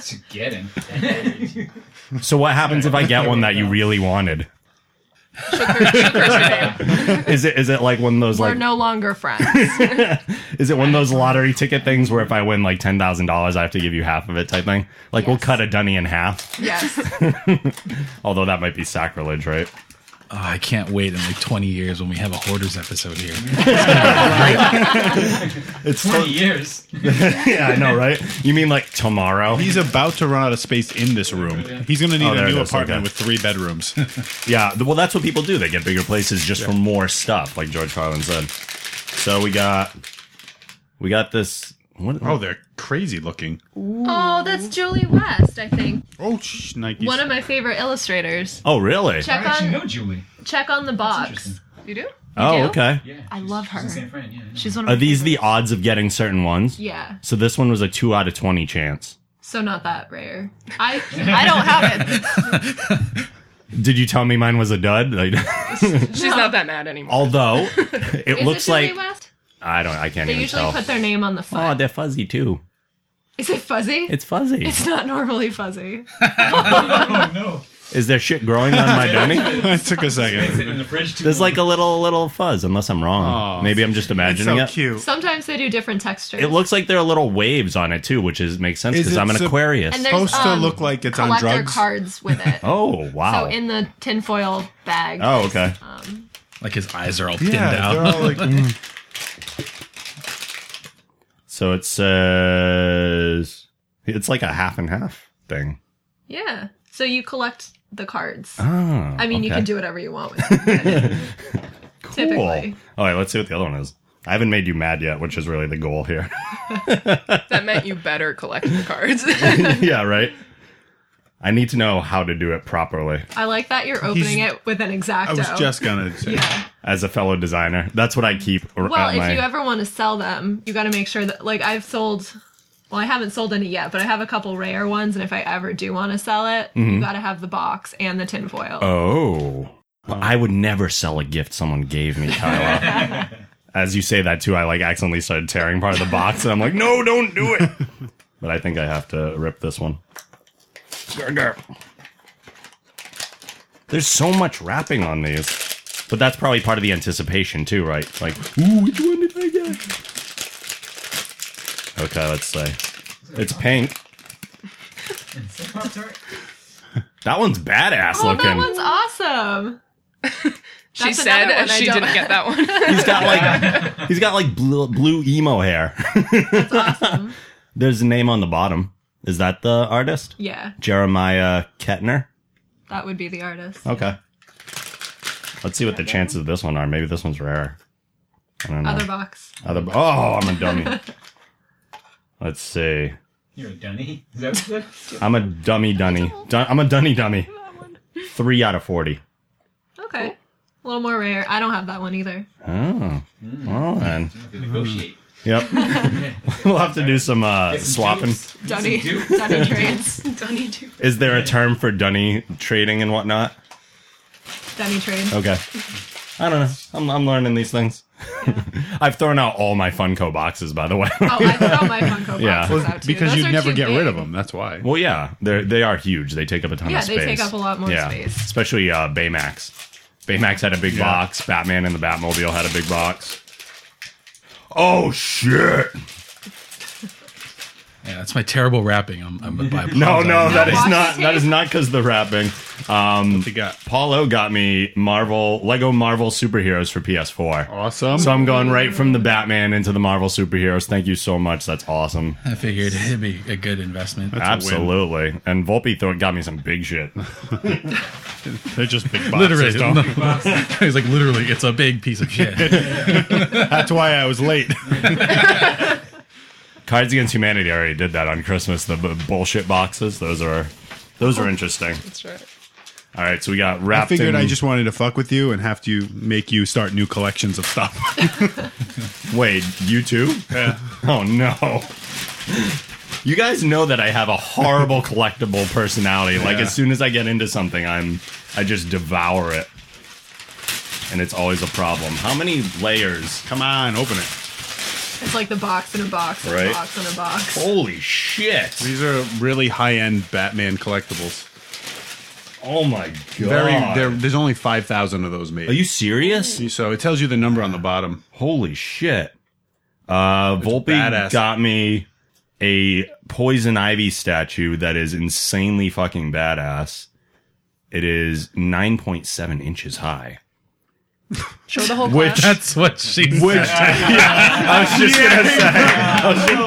Speaker 5: To get him.
Speaker 3: So what happens if I get one that you really wanted?
Speaker 1: Shook her, shook her spam.
Speaker 3: Is it is it like one of those
Speaker 1: We're
Speaker 3: like
Speaker 1: no longer friends.
Speaker 3: is it one of those lottery ticket things where if I win like ten thousand dollars I have to give you half of it type thing? Like we'll cut a dunny in half.
Speaker 1: Yes.
Speaker 3: Although that might be sacrilege, right?
Speaker 7: Oh, I can't wait in like 20 years when we have a hoarders episode here.
Speaker 3: It's
Speaker 5: 20 years.
Speaker 3: yeah, I know, right? You mean like tomorrow?
Speaker 4: He's about to run out of space in this room. He's going to need
Speaker 3: Oh, there
Speaker 4: a
Speaker 3: it
Speaker 4: new
Speaker 3: is,
Speaker 4: apartment
Speaker 3: okay.
Speaker 4: with three bedrooms.
Speaker 3: Yeah, th- well, that's what people do. They get bigger places just for more stuff, like George Carlin said. So we got, we got this. What,
Speaker 4: oh, they're crazy looking.
Speaker 1: Oh, that's Julie West, I think.
Speaker 4: Oh, shh, Nike's.
Speaker 1: One of my favorite illustrators.
Speaker 3: oh, really?
Speaker 5: I
Speaker 1: Check
Speaker 5: actually
Speaker 1: on
Speaker 5: know Julie.
Speaker 1: check on the box.
Speaker 5: interesting.
Speaker 1: You do? You
Speaker 3: Oh,
Speaker 1: do?
Speaker 3: okay.
Speaker 5: Yeah.
Speaker 1: I
Speaker 5: she's-
Speaker 1: love
Speaker 5: she's in
Speaker 1: her.
Speaker 5: San Fran, yeah, I know.
Speaker 1: She's one of
Speaker 3: Are
Speaker 1: my
Speaker 3: these the
Speaker 1: favorites.
Speaker 3: odds of getting certain ones?
Speaker 1: Yeah.
Speaker 3: So this one was a two out of twenty chance.
Speaker 1: So not that rare. I I don't have it.
Speaker 3: Did you tell me mine was a dud? Like,
Speaker 6: She's not that mad anymore.
Speaker 3: although it
Speaker 1: Is
Speaker 3: looks
Speaker 1: it Julie
Speaker 3: like
Speaker 1: West?
Speaker 3: I don't. I can't
Speaker 1: They
Speaker 3: even
Speaker 1: usually
Speaker 3: tell.
Speaker 1: put their name on the foot.
Speaker 3: oh, they're fuzzy too.
Speaker 1: Is it fuzzy?
Speaker 3: It's fuzzy.
Speaker 1: It's not normally fuzzy.
Speaker 5: Oh no!
Speaker 3: Is there shit growing on my dummy?
Speaker 4: it took a second.
Speaker 5: Sitting in the fridge too.
Speaker 3: There's
Speaker 5: long.
Speaker 3: like a little little fuzz, unless I'm wrong.
Speaker 4: Aw.
Speaker 3: Maybe I'm just imagining it.
Speaker 4: cute.
Speaker 1: Sometimes they do different textures.
Speaker 3: It looks like there are little waves on it too, which is makes sense
Speaker 4: Is
Speaker 3: because
Speaker 4: it
Speaker 3: I'm an
Speaker 4: sup-
Speaker 3: Aquarius.
Speaker 1: And
Speaker 4: Supposed to
Speaker 1: um,
Speaker 4: look like it's on
Speaker 1: collector
Speaker 4: drugs.
Speaker 1: cards with it.
Speaker 3: oh wow!
Speaker 1: So in Uh, the tinfoil bag.
Speaker 3: oh okay.
Speaker 7: Like his eyes are all pinned
Speaker 4: yeah, they're
Speaker 7: out.
Speaker 4: all like, mm.
Speaker 3: So it says it's like a half and half thing.
Speaker 1: Yeah. So you collect the cards.
Speaker 3: Oh,
Speaker 1: I mean, you
Speaker 3: okay.
Speaker 1: can do whatever you want with it. Typically.
Speaker 3: All right, let's see what the other one is. I haven't made you mad yet, which is really the goal here.
Speaker 6: That meant you better collect the cards.
Speaker 3: yeah, right. I need to know how to do it properly
Speaker 1: I like that you're opening
Speaker 4: He's-
Speaker 1: it with an exacto.
Speaker 4: I was just going to say.
Speaker 1: Yeah.
Speaker 3: as a fellow designer. That's what I keep. ar-
Speaker 1: Well,
Speaker 3: at
Speaker 1: if
Speaker 3: my-
Speaker 1: you ever want to sell them, you got to make sure that, like, I've sold. Well, I haven't sold any yet, but I have a couple rare ones, and if I ever do want to sell it, you got to have the box and the tinfoil.
Speaker 3: Oh. Well, I would never sell a gift someone gave me, Kyle. As you say that too, I like accidentally started tearing part of the box and I'm like, no, don't do it. but I think I have to rip this one. Grr, grr. There's so much wrapping on these. But that's probably part of the anticipation too, right? It's Like, ooh, which one did I get? Okay, let's say. It's pink.
Speaker 5: Pop-Tart?
Speaker 3: That one's badass
Speaker 1: oh,
Speaker 3: looking.
Speaker 1: that one's awesome.
Speaker 6: she
Speaker 1: That's
Speaker 6: said
Speaker 1: another one
Speaker 6: as
Speaker 1: I
Speaker 6: she
Speaker 1: don't-
Speaker 6: didn't get that one.
Speaker 3: He's got like he's got like blue, blue emo hair.
Speaker 1: That's awesome.
Speaker 3: There's a name on the bottom. Is that the artist?
Speaker 1: Yeah,
Speaker 3: Jeremiah Kettner.
Speaker 1: that would be the artist.
Speaker 3: Okay. Let's see what the chances of this one are. Maybe this one's rare. I don't know.
Speaker 1: Other box.
Speaker 3: Other- oh, I'm a dummy. Let's see.
Speaker 5: You're a dunny. Is that what you said?
Speaker 3: I'm a dummy dunny. Dun- I'm a dunny dummy. Three out of forty.
Speaker 1: Okay. A little more rare. I don't have that one either.
Speaker 3: Oh.
Speaker 1: Hmm.
Speaker 3: Well then.
Speaker 5: You have to negotiate.
Speaker 3: Yep. we'll have to do some uh, swapping.
Speaker 1: Dunny,
Speaker 5: Duke.
Speaker 1: Dunny trades.
Speaker 6: Dunny too.
Speaker 3: Is there a term for dunny trading and whatnot?
Speaker 1: Dunny trades.
Speaker 3: Okay. I don't know. I'm, I'm learning these things. I've thrown out all my Funko boxes, by the way.
Speaker 1: Oh, I throw my Funko boxes
Speaker 3: Yeah. Well,
Speaker 1: out too.
Speaker 4: Because
Speaker 1: Those
Speaker 4: you'd
Speaker 1: are
Speaker 4: never
Speaker 1: too
Speaker 4: get rid of
Speaker 1: big.
Speaker 4: them. That's why.
Speaker 3: well, yeah, they they are huge. They take up a ton
Speaker 1: Yeah,
Speaker 3: of
Speaker 1: they
Speaker 3: space.
Speaker 1: take up a lot more space.
Speaker 3: especially uh, Baymax. Baymax had a big box. Batman and the Batmobile had a big box. Oh shit!
Speaker 7: Yeah, that's my terrible rapping. I'm, I'm I apologize.
Speaker 3: No, no, that is
Speaker 1: Watch
Speaker 3: not
Speaker 1: the
Speaker 3: that is
Speaker 1: tape.
Speaker 3: not because the rapping. Um,
Speaker 4: They got
Speaker 3: Paulo got me Marvel Lego Marvel superheroes for PS4.
Speaker 4: awesome.
Speaker 3: So I'm going right from the Batman into the Marvel superheroes. Thank you so much. That's awesome.
Speaker 7: I figured it'd be a good investment.
Speaker 4: That's a win.
Speaker 3: Absolutely. And Volpe thought got me some big shit.
Speaker 4: They're just big boxes.
Speaker 7: Literally,
Speaker 4: don't-
Speaker 7: he's like literally, it's a big piece of shit.
Speaker 4: That's why I was late.
Speaker 3: Cards Against Humanity already did that on Christmas. The b- bullshit boxes. Those are those are interesting.
Speaker 6: That's right.
Speaker 3: All right, so we got
Speaker 4: I
Speaker 3: wrapped.
Speaker 4: figured
Speaker 3: in-
Speaker 4: I just wanted to fuck with you and have to make you start new collections of stuff.
Speaker 3: wait. You too? oh no. You guys know that I have a horrible collectible personality. Like
Speaker 4: Yeah.
Speaker 3: as soon as I get into something, I'm I just devour it, and it's always a problem. How many layers?
Speaker 4: Come on, open it.
Speaker 1: It's like the box in a box, and
Speaker 3: Right.
Speaker 1: a box in a box.
Speaker 3: Holy shit!
Speaker 4: These are really high end Batman collectibles.
Speaker 3: Oh my god!
Speaker 4: Very, there, there's only five thousand of those made.
Speaker 3: Are you serious?
Speaker 4: so it tells you the number on the bottom.
Speaker 3: Holy shit! Uh, Volpe
Speaker 4: badass.
Speaker 3: got me a poison ivy statue that is insanely fucking badass. It is nine point seven inches high.
Speaker 6: Show the whole class.
Speaker 7: That's what she
Speaker 3: Which
Speaker 7: said.
Speaker 3: I was just gonna say. I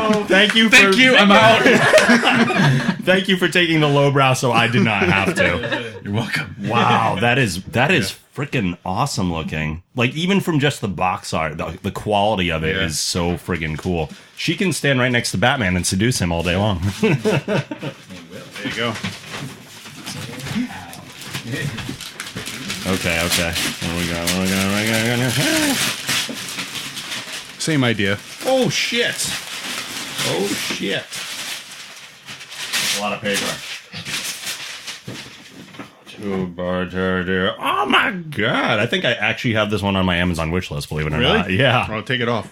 Speaker 3: was just- thank you. Thank for, you. I'm out. thank you for taking the lowbrow, so I did not have to.
Speaker 7: You're welcome.
Speaker 3: Wow, that is that is freaking awesome looking. Like even from just the box art, the, the quality of it is
Speaker 4: Yeah.
Speaker 3: so freaking cool. She can stand right next to Batman and seduce him all day long.
Speaker 4: There you go.
Speaker 3: okay, okay. What we got? What we got? What we got? What we got?
Speaker 4: Same idea.
Speaker 3: Oh shit! Oh shit! A lot of paper. Two barter deer. Oh my god! I think I actually have this one on my Amazon wish list. Believe it or not. Yeah.
Speaker 4: I'll take it off.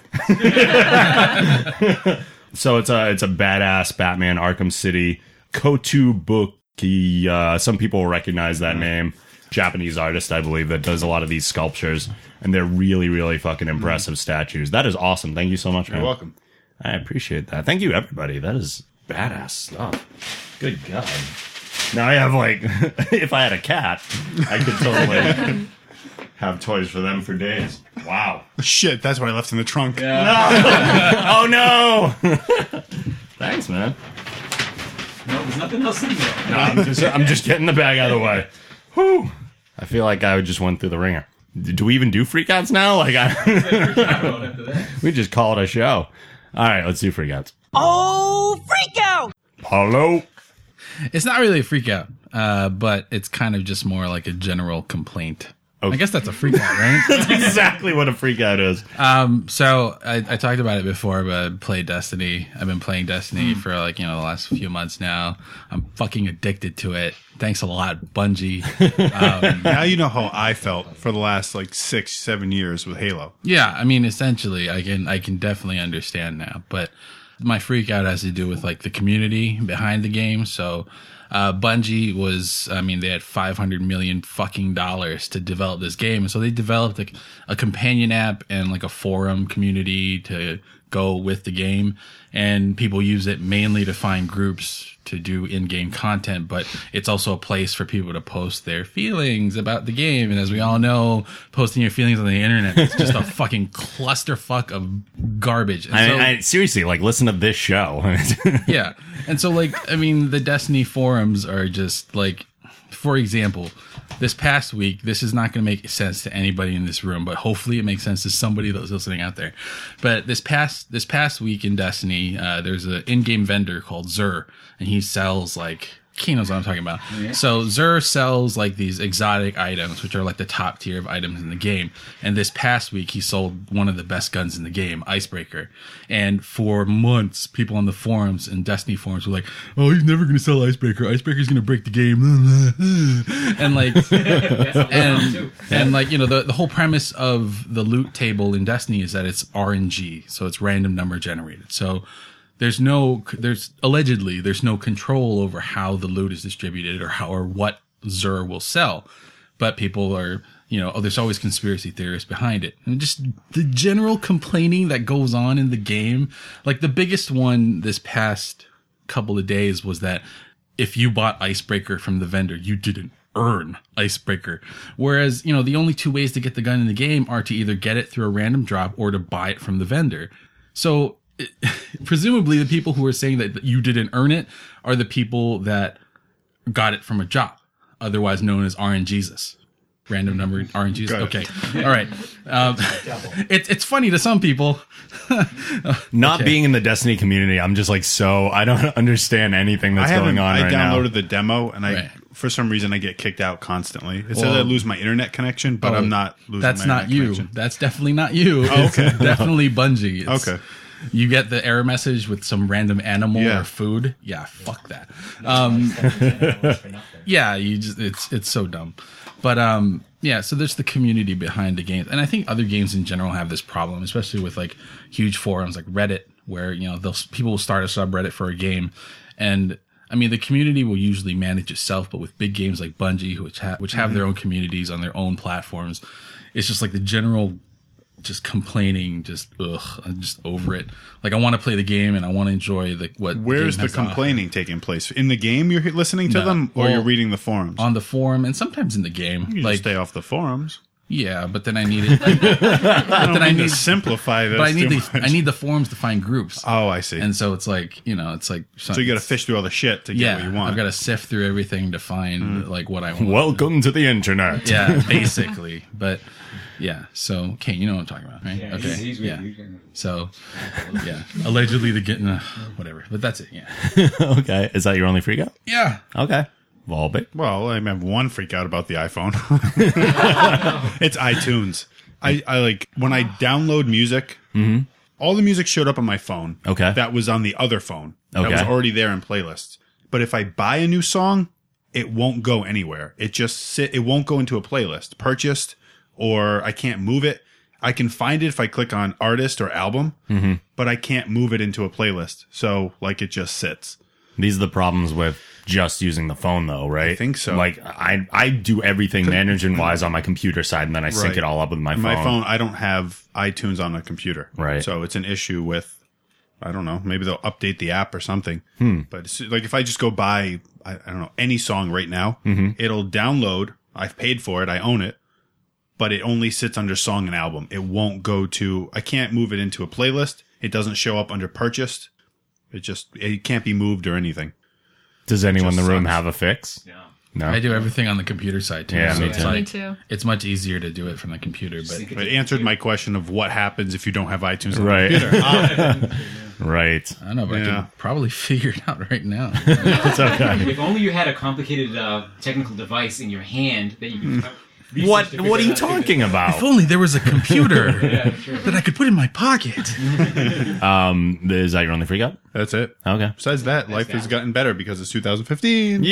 Speaker 3: So it's a it's a badass Batman Arkham City Kotobuki. Uh, some people will recognize that name. Japanese artist, I believe, that does a lot of these sculptures, and they're really, really fucking impressive statues. That is awesome. Thank you so much.
Speaker 4: Mm-hmm. You're
Speaker 3: man.
Speaker 4: welcome.
Speaker 3: I appreciate that. Thank you, everybody. That is badass stuff. Good God. Now I have like, if I had a cat, I could totally have toys for them for days. Wow.
Speaker 4: Shit, that's what I left in the trunk.
Speaker 3: Oh no. Thanks, man.
Speaker 5: No, there's nothing else in there.
Speaker 3: No, I'm just, I'm just getting the bag out of the way. Whew. I feel like I just went through the ringer. Do we even do freakouts now? Like, I,
Speaker 5: I don't after that.
Speaker 3: we just call it a show. All right, let's do freakouts.
Speaker 8: Oh, freak out!
Speaker 3: Hello.
Speaker 7: It's not really a freak out, uh, but it's kind of just more like a general complaint. I guess that's a freak out, right?
Speaker 3: That's exactly what a freakout is.
Speaker 7: um, so I, I talked about it before, but I play Destiny. I've been playing Destiny for like, you know, the last few months now. I'm fucking addicted to it. Thanks a lot, Bungie.
Speaker 4: Now you know how I felt for the last like six, seven years with Halo.
Speaker 7: Yeah, I mean, essentially, I can I can definitely understand now. But my freak out has to do with like the community behind the game. So, uh, Bungie was, I mean, they had 500 million fucking dollars to develop this game, and so they developed like a companion app and like a forum community to go with the game, and people use it mainly to find groups to do in-game content, but it's also a place for people to post their feelings about the game. And as we all know, posting your feelings on the internet is just a fucking clusterfuck of garbage. And
Speaker 3: I,
Speaker 7: so-
Speaker 3: I, seriously, like, listen to this show.
Speaker 7: yeah. And so, like, I mean, the Destiny forums are just like, for example, this past week, this is not going to make sense to anybody in this room, but hopefully it makes sense to somebody that's listening out there. But this past this past week in Destiny, uh, there's an in-game vendor called Zur, and he sells like. He knows what I'm talking about. So Zur sells like these exotic items, which are like the top tier of items in the game. And this past week, he sold one of the best guns in the game, Icebreaker. And for months, people on the forums and Destiny forums were like, "Oh, he's never going to sell Icebreaker. Icebreaker's going to break the game." and like, and, and like you know, the the whole premise of the loot table in Destiny is that it's RNG, so it's random number generated. So there's no there's allegedly there's no control over how the loot is distributed or how or what Zur will sell, but people are you know oh there's always conspiracy theorists behind it and just the general complaining that goes on in the game. Like the biggest one this past couple of days was that if you bought Icebreaker from the vendor, you didn't earn Icebreaker. Whereas, you know, the only two ways to get the gun in the game are to either get it through a random drop or to buy it from the vendor. So it, presumably the people who are saying that you didn't earn it are the people that got it from a job, otherwise known as RNGesus. Random number RNGesus.
Speaker 4: Got
Speaker 7: Okay. All right. Um, it's, it's funny to some people.
Speaker 3: Not being in the Destiny community, I'm just like so I don't understand anything that's
Speaker 4: I haven't.
Speaker 3: going on
Speaker 4: I
Speaker 3: right now.
Speaker 4: downloaded the demo, and I
Speaker 7: Right.
Speaker 4: for some reason I get kicked out constantly. It says
Speaker 7: Well-
Speaker 4: I lose my internet connection, but I'm oh, not losing.
Speaker 7: Oh, That's
Speaker 4: my
Speaker 7: not
Speaker 4: internet
Speaker 7: you.
Speaker 4: connection.
Speaker 7: That's definitely not you. It's
Speaker 4: okay.
Speaker 7: definitely Bungie. It's-
Speaker 4: Okay.
Speaker 7: You get the error message with some random animal
Speaker 4: Yeah.
Speaker 7: or food. Yeah, fuck that. Um, yeah, you just it's it's so dumb. But um, yeah, so there's the community behind the games, and I think other games in general have this problem, especially with like huge forums like Reddit, where you know those people will start a subreddit for a game, and I mean, the community will usually manage itself, but with big games like Bungie, which ha- which have their own communities on their own platforms, it's just like the general just complaining, just ugh, I'm just over it. Like I want to play the game and I want to enjoy the what.
Speaker 4: Where's the
Speaker 7: game has to offer.
Speaker 4: complaining taking place? In the game you're he- listening to
Speaker 7: No.
Speaker 4: them or
Speaker 7: Well,
Speaker 4: you're reading the forums?
Speaker 7: on the forum and sometimes in the game?
Speaker 4: you
Speaker 7: like
Speaker 4: just stay off the forums.
Speaker 7: yeah, but then I need it. but
Speaker 4: I don't
Speaker 7: then I
Speaker 4: mean
Speaker 7: need.
Speaker 4: to simplify this
Speaker 7: But I
Speaker 4: too
Speaker 7: need the
Speaker 4: much.
Speaker 7: I need the forums to find groups.
Speaker 4: Oh, I see.
Speaker 7: and so it's like you know, it's like
Speaker 4: so you got to fish through all the shit to get
Speaker 7: Yeah,
Speaker 4: what you want. Mm.
Speaker 7: I've got to sift through everything to find like what I want.
Speaker 3: Welcome to the internet.
Speaker 7: Yeah, basically. But yeah, so Kane, you know what I'm talking about, right?
Speaker 5: Yeah, he's- he's with you.
Speaker 7: So yeah, allegedly the getting uh, whatever, but that's it. Yeah,
Speaker 3: okay. Is that your only freak out?
Speaker 7: yeah.
Speaker 3: Okay. Volbit.
Speaker 4: Well, I have one freak out about the iPhone. it's iTunes. I, I like when I download music, all the music showed up on my phone.
Speaker 3: Mm-hmm. Okay.
Speaker 4: That was on the other phone. That
Speaker 3: Okay.
Speaker 4: was already there in playlists. But if I buy a new song, it won't go anywhere. It just sit it won't go into a playlist purchased or I can't move it. I can find it if I click on artist or album,
Speaker 3: Mm-hmm.
Speaker 4: but I can't move it into a playlist. So like it just sits.
Speaker 3: These are the problems with just using the phone, though, right? I
Speaker 4: think so.
Speaker 3: Like I, I do everything management wise on my computer side, and then I sync
Speaker 4: Right.
Speaker 3: it all up with my phone.
Speaker 4: my phone i don't have itunes on a computer
Speaker 3: Right.
Speaker 4: so it's an issue with i don't know maybe they'll update the app or something
Speaker 3: Hmm.
Speaker 4: but it's, like if i just go buy i, I don't know any song right now
Speaker 3: Mm-hmm.
Speaker 4: it'll download i've paid for it i own it but it only sits under song and album it won't go to i can't move it into a playlist it doesn't show up under purchased it just it can't be moved or anything
Speaker 3: Does anyone in the
Speaker 4: just
Speaker 3: room
Speaker 4: sucks.
Speaker 3: have a fix?
Speaker 5: Yeah.
Speaker 3: No.
Speaker 7: I do everything on the computer side too.
Speaker 3: Yeah,
Speaker 7: so
Speaker 3: me
Speaker 7: it's
Speaker 3: too.
Speaker 1: Me
Speaker 7: like
Speaker 1: too.
Speaker 7: it's much easier to do it from the computer, but
Speaker 4: it answered my question of what happens if you don't have itunes on
Speaker 3: Right.
Speaker 4: the computer Ah,
Speaker 3: Right.
Speaker 4: Uh,
Speaker 7: I don't know, but I
Speaker 4: Yeah.
Speaker 7: can probably figure it out right now.
Speaker 3: It's okay.
Speaker 5: If only you had a complicated uh, technical device in your hand that you could. research
Speaker 3: what
Speaker 5: to
Speaker 3: What are you
Speaker 5: figure out how to do
Speaker 3: talking about?
Speaker 7: if only there was a computer
Speaker 5: that. Sure.
Speaker 7: that I could put in my pocket.
Speaker 3: Is that your only freak out?
Speaker 4: that's it
Speaker 3: Okay.
Speaker 4: Besides that, life has gotten better because it's 2015.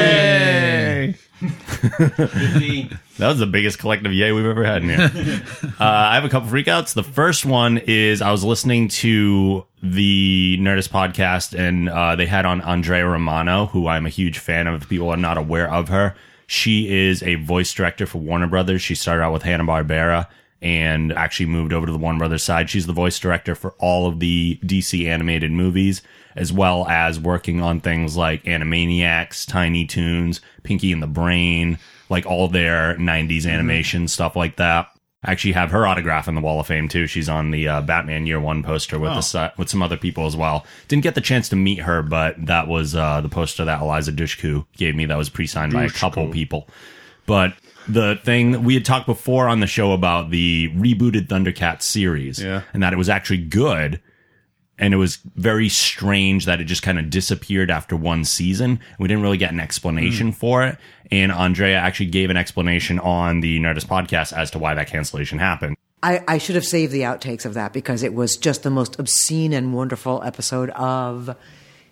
Speaker 3: Yay!
Speaker 5: The-
Speaker 3: That was the biggest collective yay we've ever had in here. uh, I have a couple freakouts. The first one is I was listening to the Nerdist podcast, and uh, they had on Andrea Romano, who I'm a huge fan of. If people are not aware of her, she is a voice director for Warner Brothers. She started out with Hanna Barbera and actually moved over to the Warner Brothers side. She's the voice director for all of the DC animated movies, as well as working on things like Animaniacs, Tiny Toons, Pinky and the Brain, like all their 90s animation stuff like that. I actually have her autograph in the Wall of Fame too. She's on the uh, Batman Year One poster with the, si- with some other people as well. Didn't get the chance to meet her, but that was uh, the poster that Eliza Dushku gave me. That was pre-signed by a couple people. But the thing that we had talked before on the show about the rebooted Thundercats series,
Speaker 4: Yeah.
Speaker 3: and that it was actually good, and it was very strange that it just kind of disappeared after one season. We didn't really get an explanation for it. And Andrea actually gave an explanation on the Nerdist podcast as to why that cancellation happened.
Speaker 9: I, I should have saved the outtakes of that because it was just the most obscene and wonderful episode of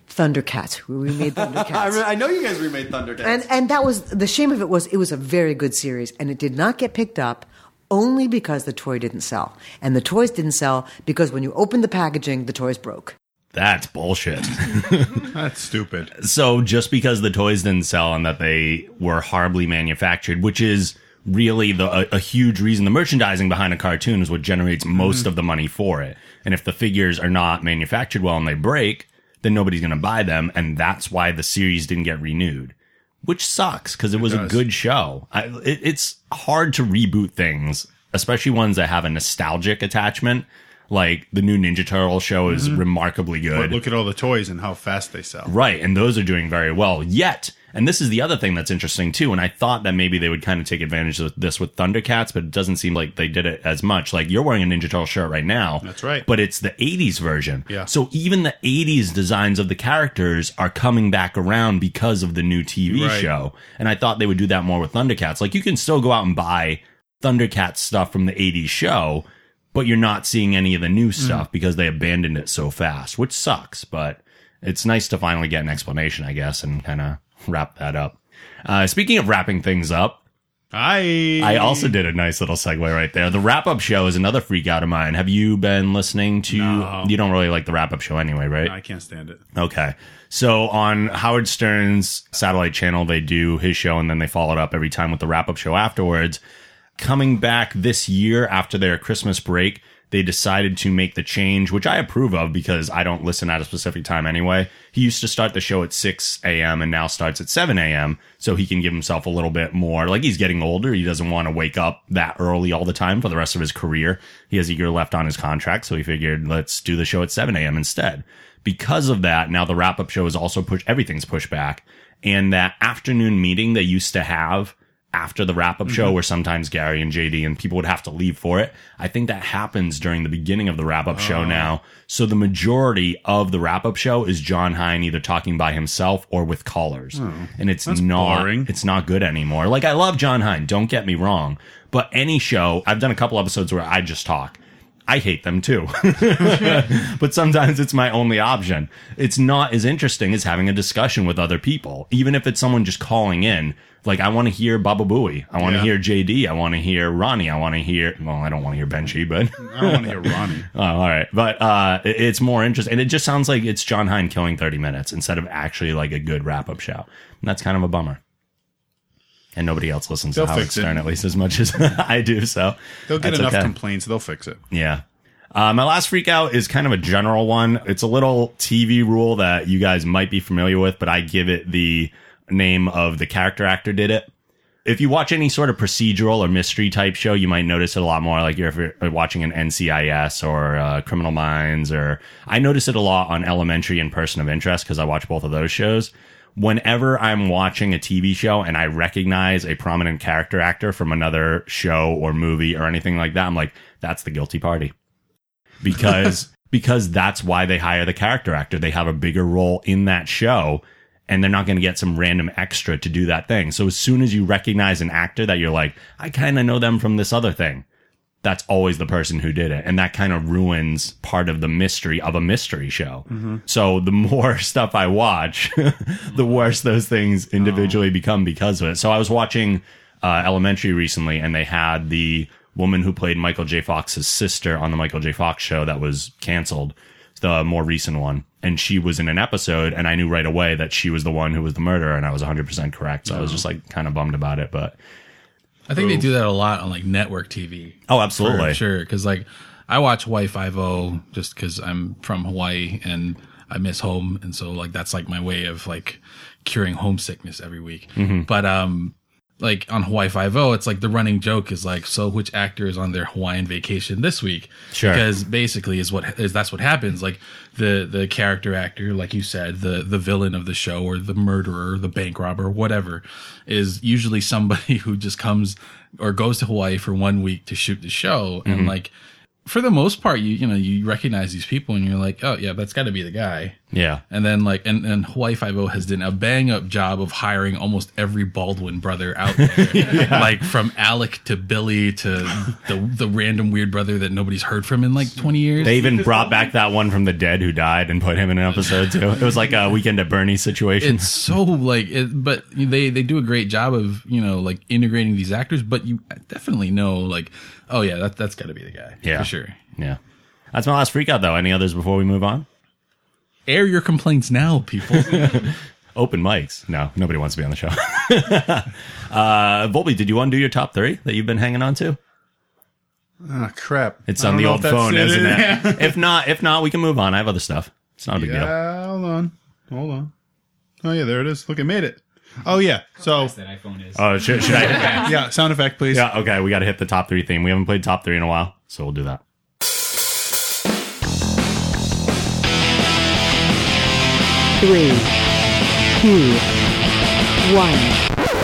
Speaker 9: Thundercats. where We made Thundercats.
Speaker 10: I, re- I know you guys remade Thundercats.
Speaker 9: and and that was the shame of it was it was a very good series and it did not get picked up only because the toy didn't sell. And the toys didn't sell because when you opened the packaging, the toys broke.
Speaker 3: That's bullshit.
Speaker 4: That's stupid.
Speaker 3: so just because the toys didn't sell and that they were horribly manufactured, which is really the a, a huge reason the merchandising behind a cartoon is what generates most of the money for it. And if the figures are not manufactured well and they break, then nobody's going to buy them, and that's why the series didn't get renewed. Which sucks because it was a good show. I, it, it's hard to reboot things, especially ones that have a nostalgic attachment. Like the new Ninja Turtle show is remarkably good.
Speaker 4: But look at all the toys and how fast they sell.
Speaker 3: Right. And those are doing very well. Yet, and this is the other thing that's interesting too. And I thought that maybe they would kind of take advantage of this with Thundercats, but it doesn't seem like they did it as much. Like you're wearing a Ninja Turtle shirt right now.
Speaker 4: That's right.
Speaker 3: But it's the 80s version.
Speaker 4: Yeah.
Speaker 3: So even the 80s designs of the characters are coming back around because of the new TV
Speaker 4: Right.
Speaker 3: show. And I thought they would do that more with Thundercats. Like you can still go out and buy Thundercats stuff from the 80s show. But you're not seeing any of the
Speaker 4: Mm.
Speaker 3: new stuff because they abandoned it so fast, which sucks. But it's nice to finally get an explanation, I guess, and kind of wrap that up. Uh, speaking of wrapping things up,
Speaker 4: I
Speaker 3: I also did a nice little segue right there. The wrap up show is another freak out of mine. Have you been listening to?
Speaker 4: No.
Speaker 3: You don't really like the wrap up show anyway, right?
Speaker 4: I can't stand it.
Speaker 3: Okay. So on Howard Stern's satellite channel, they do his show and then they follow it up every time with the wrap up show afterwards. Coming back this year after their Christmas break, they decided to make the change, which I approve of because I don't listen at a specific time anyway. He used to start the show at 6 a.m. and now starts at 7 a.m. So he can give himself a little bit more. Like he's getting older. He doesn't want to wake up that early all the time for the rest of his career. He has a year left on his contract. So he figured let's do the show at 7 a.m. instead because of that, now the wrap up show is also pushed, everything's pushed back. And that afternoon meeting they used to have after the wrap up show, where sometimes Gary and JD and people would have to leave for it, I think that happens during the beginning of the wrap up show now. So the majority of the wrap up show is John Hine either talking by himself or with callers. and it's not,
Speaker 4: boring.
Speaker 3: it's not good anymore. Like I love John Hine, don't get me wrong, but any show, I've done a couple episodes where I just talk. I hate them too. but sometimes it's my only option. It's not as interesting as having a discussion with other people, even if it's someone just calling in. Like, I want to hear Baba Booey. I want to
Speaker 4: Yeah.
Speaker 3: hear JD. I want to hear Ronnie. I want to hear, well, I don't want to hear Benji, but.
Speaker 4: I don't want to hear Ronnie.
Speaker 3: Oh, all right. But uh, it- it's more interesting. And it just sounds like it's John Hine killing 30 minutes instead of actually like a good wrap up show. And that's kind of a bummer. And nobody else listens
Speaker 4: They'll
Speaker 3: to Howard
Speaker 4: fix it.
Speaker 3: Stern at least as much as I do. So
Speaker 4: They'll get
Speaker 3: that's
Speaker 4: enough
Speaker 3: okay. Mm.
Speaker 4: complaints. They'll fix it.
Speaker 3: Yeah. Uh, my last freak out is kind of a general one. It's a little TV rule that you guys might be familiar with, but I give it the name of the character actor did it. If you watch any sort of procedural or mystery type show, you might notice it a lot more. Like if you're watching an NCIS or uh, Criminal Minds, or I notice it a lot on Elementary and Person of Interest because I watch both of those shows. Whenever I'm watching a TV show and I recognize a prominent character actor from another show or movie or anything like that, I'm like, that's the guilty party because because that's why they hire the character actor. They have a bigger role in that show and they're not going to get some random extra to do that thing. So as soon as you recognize an actor that you're like, I kind of know them from this other thing. That's always the person who did it. And that kind of ruins part of the mystery of a mystery show. So the more stuff I watch, the worse those things individually become because of it. So I was watching uh, Elementary recently and they had the woman who played Michael J. Fox's sister on the Michael J. Fox show that was canceled, the more recent one. And she was in an episode, and I knew right away that she was the one who was the murderer, and I was 100% correct. So I was just like kind of bummed about it, but
Speaker 7: I think they do that a lot on like network TV.
Speaker 3: oh, absolutely.
Speaker 7: For sure. Because like I watch Hawaii Five O just because I'm from Hawaii and I miss home, and so like that's like my way of like curing homesickness every week.
Speaker 3: Mm-hmm.
Speaker 7: But um, like on Hawaii Five O, it's like the running joke is like, so which actor is on their Hawaiian vacation this week?
Speaker 3: Sure.
Speaker 7: Because basically is what is that's what happens. Like the the character actor, like you said, the the villain of the show or the murderer, the bank robber, whatever, is usually somebody who just comes or goes to Hawaii for one week to shoot the show and like. For the most part, you you know you recognize these people and you're like, oh yeah, that's got to be the guy.
Speaker 3: Yeah.
Speaker 7: And then like and, and Hawaii Five O has done a bang up job of hiring almost every Baldwin brother out there. Like from Alec to Billy to the the random weird brother that nobody's heard from in like twenty years.
Speaker 3: They even brought back that one from the dead who died and put him in an episode too. It was like a weekend at Bernie situation.
Speaker 7: it's so like it, but they they do a great job of you know like integrating these actors but you definitely know like oh yeah that, that's got to be the guy
Speaker 3: Yeah.
Speaker 7: for sure
Speaker 3: yeah. That's my last freak out though. Any others before we move on?
Speaker 7: air your complaints now people
Speaker 3: Open mics. No, nobody wants to be on the show. uh Volby, did you undo your top three that you've been hanging on to?
Speaker 4: Ah, crap.
Speaker 3: It's
Speaker 4: I
Speaker 3: on the
Speaker 4: don't know
Speaker 3: old
Speaker 4: if that's
Speaker 3: phone, is isn't it?
Speaker 4: Yeah.
Speaker 3: If not, if not, we can move on. I have other stuff. It's not a big deal.
Speaker 4: Yeah, hold on. Hold on. Oh, yeah, there it is. Look, it made it. Oh, yeah. So,
Speaker 5: that iPhone is.
Speaker 3: Oh, should, should I?
Speaker 4: yeah, sound effect, please.
Speaker 3: yeah, okay. We got to hit the top three theme. We haven't played top three in a while, so we'll do that.
Speaker 9: Three, two, one.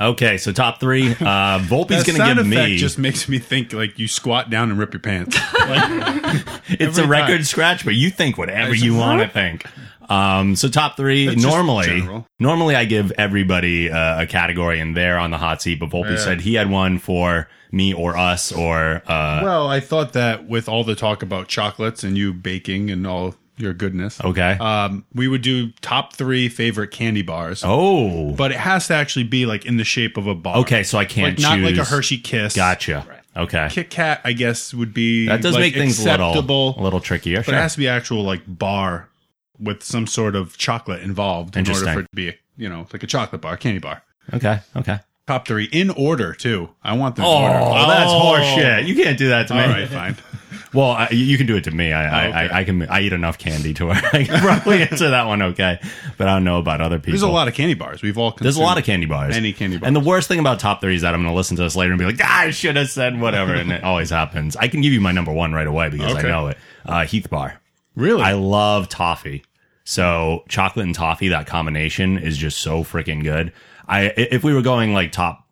Speaker 3: Okay, so top three. Uh, Volpe's
Speaker 4: That
Speaker 3: going to
Speaker 4: sound
Speaker 3: give
Speaker 4: effect
Speaker 3: me.
Speaker 4: just makes me think like you squat down and rip your pants.
Speaker 3: it's a
Speaker 4: every
Speaker 3: record
Speaker 4: time.
Speaker 3: scratch, but you think whatever you want to think. Um, so top three.
Speaker 4: That's just
Speaker 3: normally,
Speaker 4: general.
Speaker 3: normally I give everybody uh, a category, and they're on the hot seat. But Volpe said he had one for me or us or uh,
Speaker 4: well, I thought that with all the talk about chocolates and you baking and all your goodness.
Speaker 3: Okay.
Speaker 4: Um, we would do top three favorite candy bars.
Speaker 3: oh.
Speaker 4: But it has to actually be like in the shape of a bar.
Speaker 3: Okay, so I can't
Speaker 4: like, not like a
Speaker 3: choose-
Speaker 4: Hershey Kiss.
Speaker 3: Gotcha. Okay.
Speaker 4: Kit Kat, I guess, would be
Speaker 3: That does
Speaker 4: like,
Speaker 3: make things a
Speaker 4: acceptable,
Speaker 3: little, a little trickier.
Speaker 4: but
Speaker 3: sure.
Speaker 4: it has to be actual like bar with some sort of chocolate involved in order
Speaker 3: Interesting.
Speaker 4: for it to be, you know, like a chocolate bar, candy bar.
Speaker 3: okay. Okay.
Speaker 4: Top three in order too. I want them.
Speaker 3: Oh,
Speaker 4: in order.
Speaker 3: that's
Speaker 4: Oh.
Speaker 3: horseshit. You can't do that to me.
Speaker 4: All right, fine.
Speaker 3: Well, I, you can do it to me. I,
Speaker 4: Oh, okay.
Speaker 3: I, I, I can. I eat enough candy to where I can probably answer that one okay. But I don't know about other people.
Speaker 4: There's a lot of candy bars. We've all consumed
Speaker 3: There's a lot of candy bars.
Speaker 4: Any candy bars.
Speaker 3: And the worst thing about top three is that I'm going to listen to this later and be like, ah, I should have said whatever. And it always happens. I can give you my number one right away because I
Speaker 4: Okay.
Speaker 3: know it. Uh, Heath Bar.
Speaker 4: Really?
Speaker 3: I love toffee. So chocolate and toffee, that combination is just so freaking good. I i- if we were going like top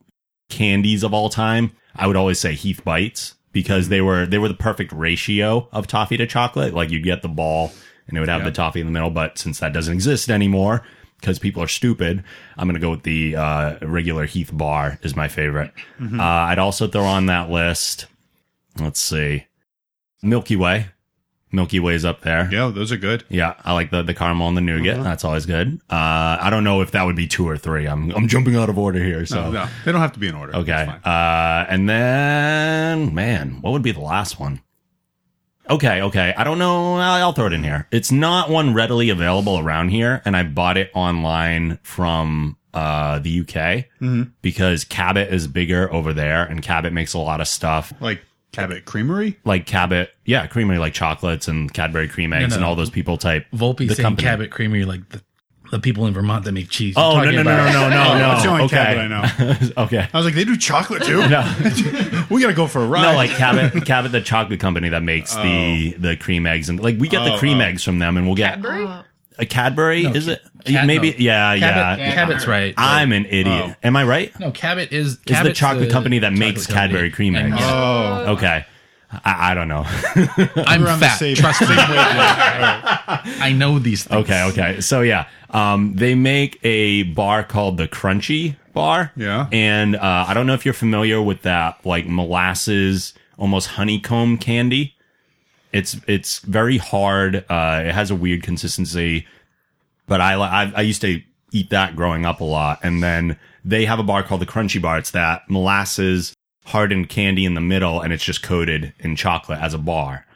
Speaker 3: candies of all time, I would always say Heath Bites because they were they were the perfect ratio of toffee to chocolate. Like you'd get the ball and it would have the toffee in the middle, but since that doesn't exist anymore because people are stupid, I'm gonna go with the uh, regular Heath bar is my favorite.
Speaker 4: Mm-hmm.
Speaker 3: Uh, I'd also throw on that list. Let's see, Milky Way. Milky Way's up there.
Speaker 4: yeah, those are good.
Speaker 3: Yeah, I like the the caramel and the nougat.
Speaker 4: Uh-huh.
Speaker 3: That's always good. Uh, I don't know if that would be two or three. I'm I'm jumping out of order here. So
Speaker 4: No, no, they don't have to be in order.
Speaker 3: okay.
Speaker 4: That's fine.
Speaker 3: Uh, and then man, what would be the last one? Okay, okay. I don't know. I'll, I'll throw it in here. It's not one readily available around here, and I bought it online from uh the UK
Speaker 4: Mm-hmm.
Speaker 3: because Cabot is bigger over there, and Cabot makes a lot of stuff
Speaker 4: like Cabot Creamery.
Speaker 3: like Cabot. Yeah, creamery like chocolates and Cadbury cream eggs
Speaker 7: no.
Speaker 3: and all those people type.
Speaker 7: Volpe
Speaker 3: the
Speaker 7: saying
Speaker 3: company.
Speaker 7: Cabot Creamery, like the, the people in Vermont that make cheese.
Speaker 3: Oh no no
Speaker 7: You're
Speaker 3: no
Speaker 7: talking
Speaker 3: no
Speaker 7: about-
Speaker 3: no no no!
Speaker 4: That's the only
Speaker 3: okay.
Speaker 4: Cabot I know.
Speaker 3: okay.
Speaker 4: I was like, they do chocolate too.
Speaker 3: No,
Speaker 4: we gotta go for a ride.
Speaker 3: no, like Cabot, Cabot, the chocolate company that makes
Speaker 7: Oh.
Speaker 3: the the cream eggs, and like we get the
Speaker 4: Oh,
Speaker 3: cream
Speaker 4: oh.
Speaker 3: eggs from them, and we'll get
Speaker 6: Cadbury?
Speaker 1: Oh.
Speaker 3: a Cadbury. is it
Speaker 7: Cad-
Speaker 3: maybe?
Speaker 7: no.
Speaker 3: Yeah, yeah.
Speaker 7: Cabot, Cabot's right.
Speaker 3: I'm an idiot.
Speaker 4: Oh.
Speaker 3: Am I right?
Speaker 7: no, Cabot is
Speaker 3: Is the
Speaker 7: Cabot's
Speaker 3: chocolate company that makes
Speaker 7: chocolate company.
Speaker 3: Cadbury cream
Speaker 7: And
Speaker 3: eggs?
Speaker 7: yeah,
Speaker 4: oh,
Speaker 3: Okay, I, I don't know.
Speaker 7: I'm
Speaker 4: on the
Speaker 7: fat.
Speaker 4: same-
Speaker 7: Trust me. I know these things.
Speaker 3: Okay, okay. So yeah, um, they make a bar called the Crunchy Bar.
Speaker 4: Yeah.
Speaker 3: and uh, I don't know if you're familiar with that, like molasses, almost honeycomb candy. It's it's very hard. Uh, it has a weird consistency, but I li- I, I used to eat that growing up a lot. And then they have a bar called the Crunchy Bar. It's that molasses hardened candy in the middle, and it's just coated in chocolate as a bar,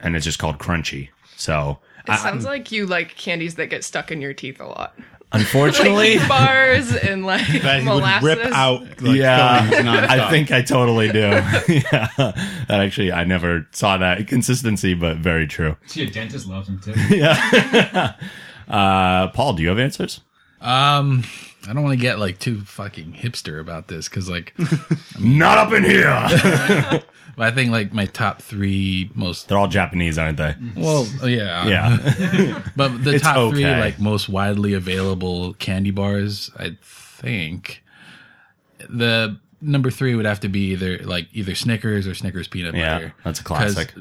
Speaker 3: and it's just called Crunchy. So.
Speaker 6: It sounds like you like candies that get stuck in your teeth a lot.
Speaker 3: Unfortunately,
Speaker 6: Like bars and like
Speaker 4: that
Speaker 6: molasses.
Speaker 4: would rip out. Like,
Speaker 3: yeah,
Speaker 4: fillings nonstop.
Speaker 3: I think I totally do. yeah, that actually I never saw that consistency, but very true.
Speaker 5: Your dentist loves him too.
Speaker 3: Uh, Paul, do you have answers?
Speaker 7: Um, I don't want to get like too fucking hipster about this because like,
Speaker 3: Not up in here.
Speaker 7: I think like my top three most.
Speaker 3: They're all Japanese, aren't they?
Speaker 4: Mm-hmm.
Speaker 7: Well, yeah,
Speaker 3: Yeah.
Speaker 7: But the
Speaker 3: It's
Speaker 7: top three
Speaker 3: okay.
Speaker 7: like most widely available candy bars, I think. The number three would have to be either like either Snickers or Snickers peanut
Speaker 3: Yeah,
Speaker 7: butter.
Speaker 3: that's a
Speaker 7: 'Cause
Speaker 3: classic.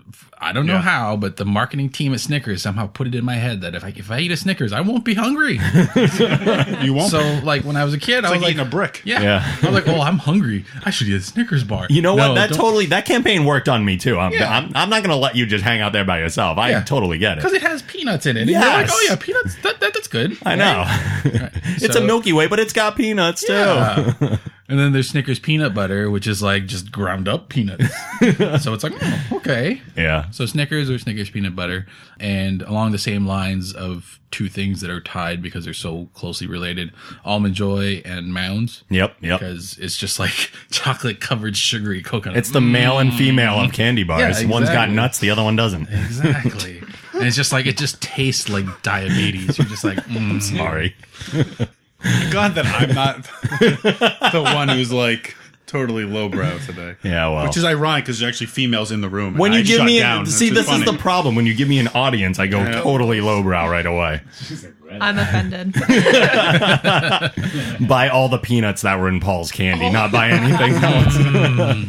Speaker 7: I don't know
Speaker 4: Yeah.
Speaker 7: how, but the marketing team at Snickers somehow put it in my head that if I if I eat a Snickers, I won't be hungry.
Speaker 4: you won't.
Speaker 7: so like when I was a kid, I
Speaker 4: it's like,
Speaker 7: was like,
Speaker 4: eating a brick.
Speaker 7: yeah.
Speaker 3: Yeah.
Speaker 7: I was like, oh, I'm hungry. I should eat a Snickers bar.
Speaker 3: You know
Speaker 7: No,
Speaker 3: what? That
Speaker 7: don't-
Speaker 3: totally that campaign worked on me too. I'm,
Speaker 7: Yeah.
Speaker 3: I'm, I'm not gonna let you just hang out there by yourself. I
Speaker 7: Yeah.
Speaker 3: totally get it.
Speaker 7: because it has peanuts in it. And you're like,
Speaker 3: Yes.
Speaker 7: oh yeah, peanuts. That, that that's good.
Speaker 3: I know. it's a
Speaker 7: So-
Speaker 3: Milky Way, but it's got peanuts too.
Speaker 7: Yeah. and then there's Snickers peanut butter, which is like just ground up peanuts. so it's like, mm, okay.
Speaker 3: Yeah.
Speaker 7: So Snickers or Snickers peanut butter, and along the same lines of two things that are tied because they're so closely related: almond joy and mounds.
Speaker 3: Yep. Yep.
Speaker 7: Because it's just like chocolate covered sugary coconut.
Speaker 3: It's the male
Speaker 7: Mm.
Speaker 3: and female of candy bars. One's got
Speaker 7: exactly.
Speaker 3: nuts, the other one doesn't.
Speaker 7: exactly. and it's just like it just tastes like diabetes. You're just like, mm.
Speaker 3: Sorry.
Speaker 4: God, that I'm not the one who's like totally lowbrow today.
Speaker 3: Yeah. Well.
Speaker 4: Which is ironic because there's actually females in the room. and
Speaker 3: when you
Speaker 4: I
Speaker 3: give
Speaker 4: shut
Speaker 3: me
Speaker 4: down.
Speaker 3: see
Speaker 4: That's
Speaker 3: this
Speaker 4: funny.
Speaker 3: is the problem when you give me an audience i go totally lowbrow right away
Speaker 1: I'm offended.
Speaker 3: by all the peanuts that were in paul's candy not by anything else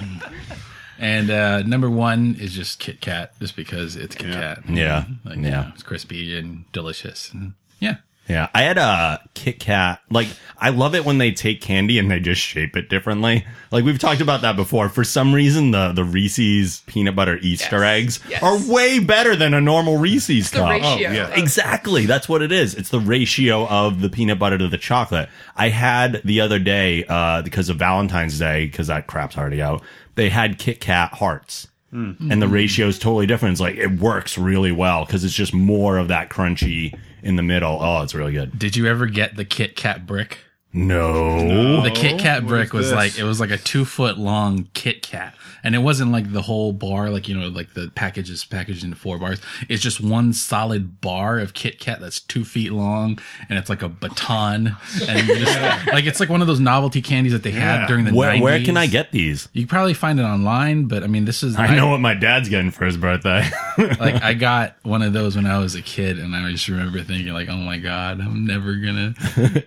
Speaker 7: and uh, number one is just Kit Kat, just because it's Kit Kat.
Speaker 3: yeah
Speaker 7: Like, yeah.
Speaker 3: yeah
Speaker 7: it's crispy and delicious. And yeah.
Speaker 3: Yeah, I had a Kit Kat. Like, I love it when they take candy and they just shape it differently. Like we've talked about that before. For some reason, the the Reese's peanut butter Easter eggs
Speaker 6: Yes.
Speaker 3: are way better than a normal Reese's
Speaker 6: the
Speaker 3: cup.
Speaker 6: ratio.
Speaker 4: yeah.
Speaker 6: of-
Speaker 3: Exactly. That's what it is. It's the ratio of the peanut butter to the chocolate. I had the other day, uh, because of Valentine's Day, because that crap's already out, they had Kit Kat hearts. And the ratio is totally different. It's like, it works really well because it's just more of that crunchy in the middle. Oh, it's really good.
Speaker 7: Did you ever get the Kit Kat brick?
Speaker 3: No.
Speaker 7: The Kit
Speaker 4: Oh, what
Speaker 7: Kat
Speaker 4: is
Speaker 7: brick was
Speaker 4: this?
Speaker 7: like it was like a two foot long Kit Kat, and it wasn't like the whole bar, like you know, like the package is packaged into four bars. It's just one solid bar of Kit Kat that's two feet long, and it's like a baton, and you just, like it's like one of those novelty candies that they had
Speaker 4: Yeah.
Speaker 7: during the
Speaker 3: Where, where
Speaker 7: 90s.
Speaker 3: can I get these?
Speaker 7: You can probably find it online, but I mean, this is
Speaker 3: I know what my dad's getting for his birthday.
Speaker 7: like I got one of those when I was a kid, and I just remember thinking like, oh my god, I'm never gonna.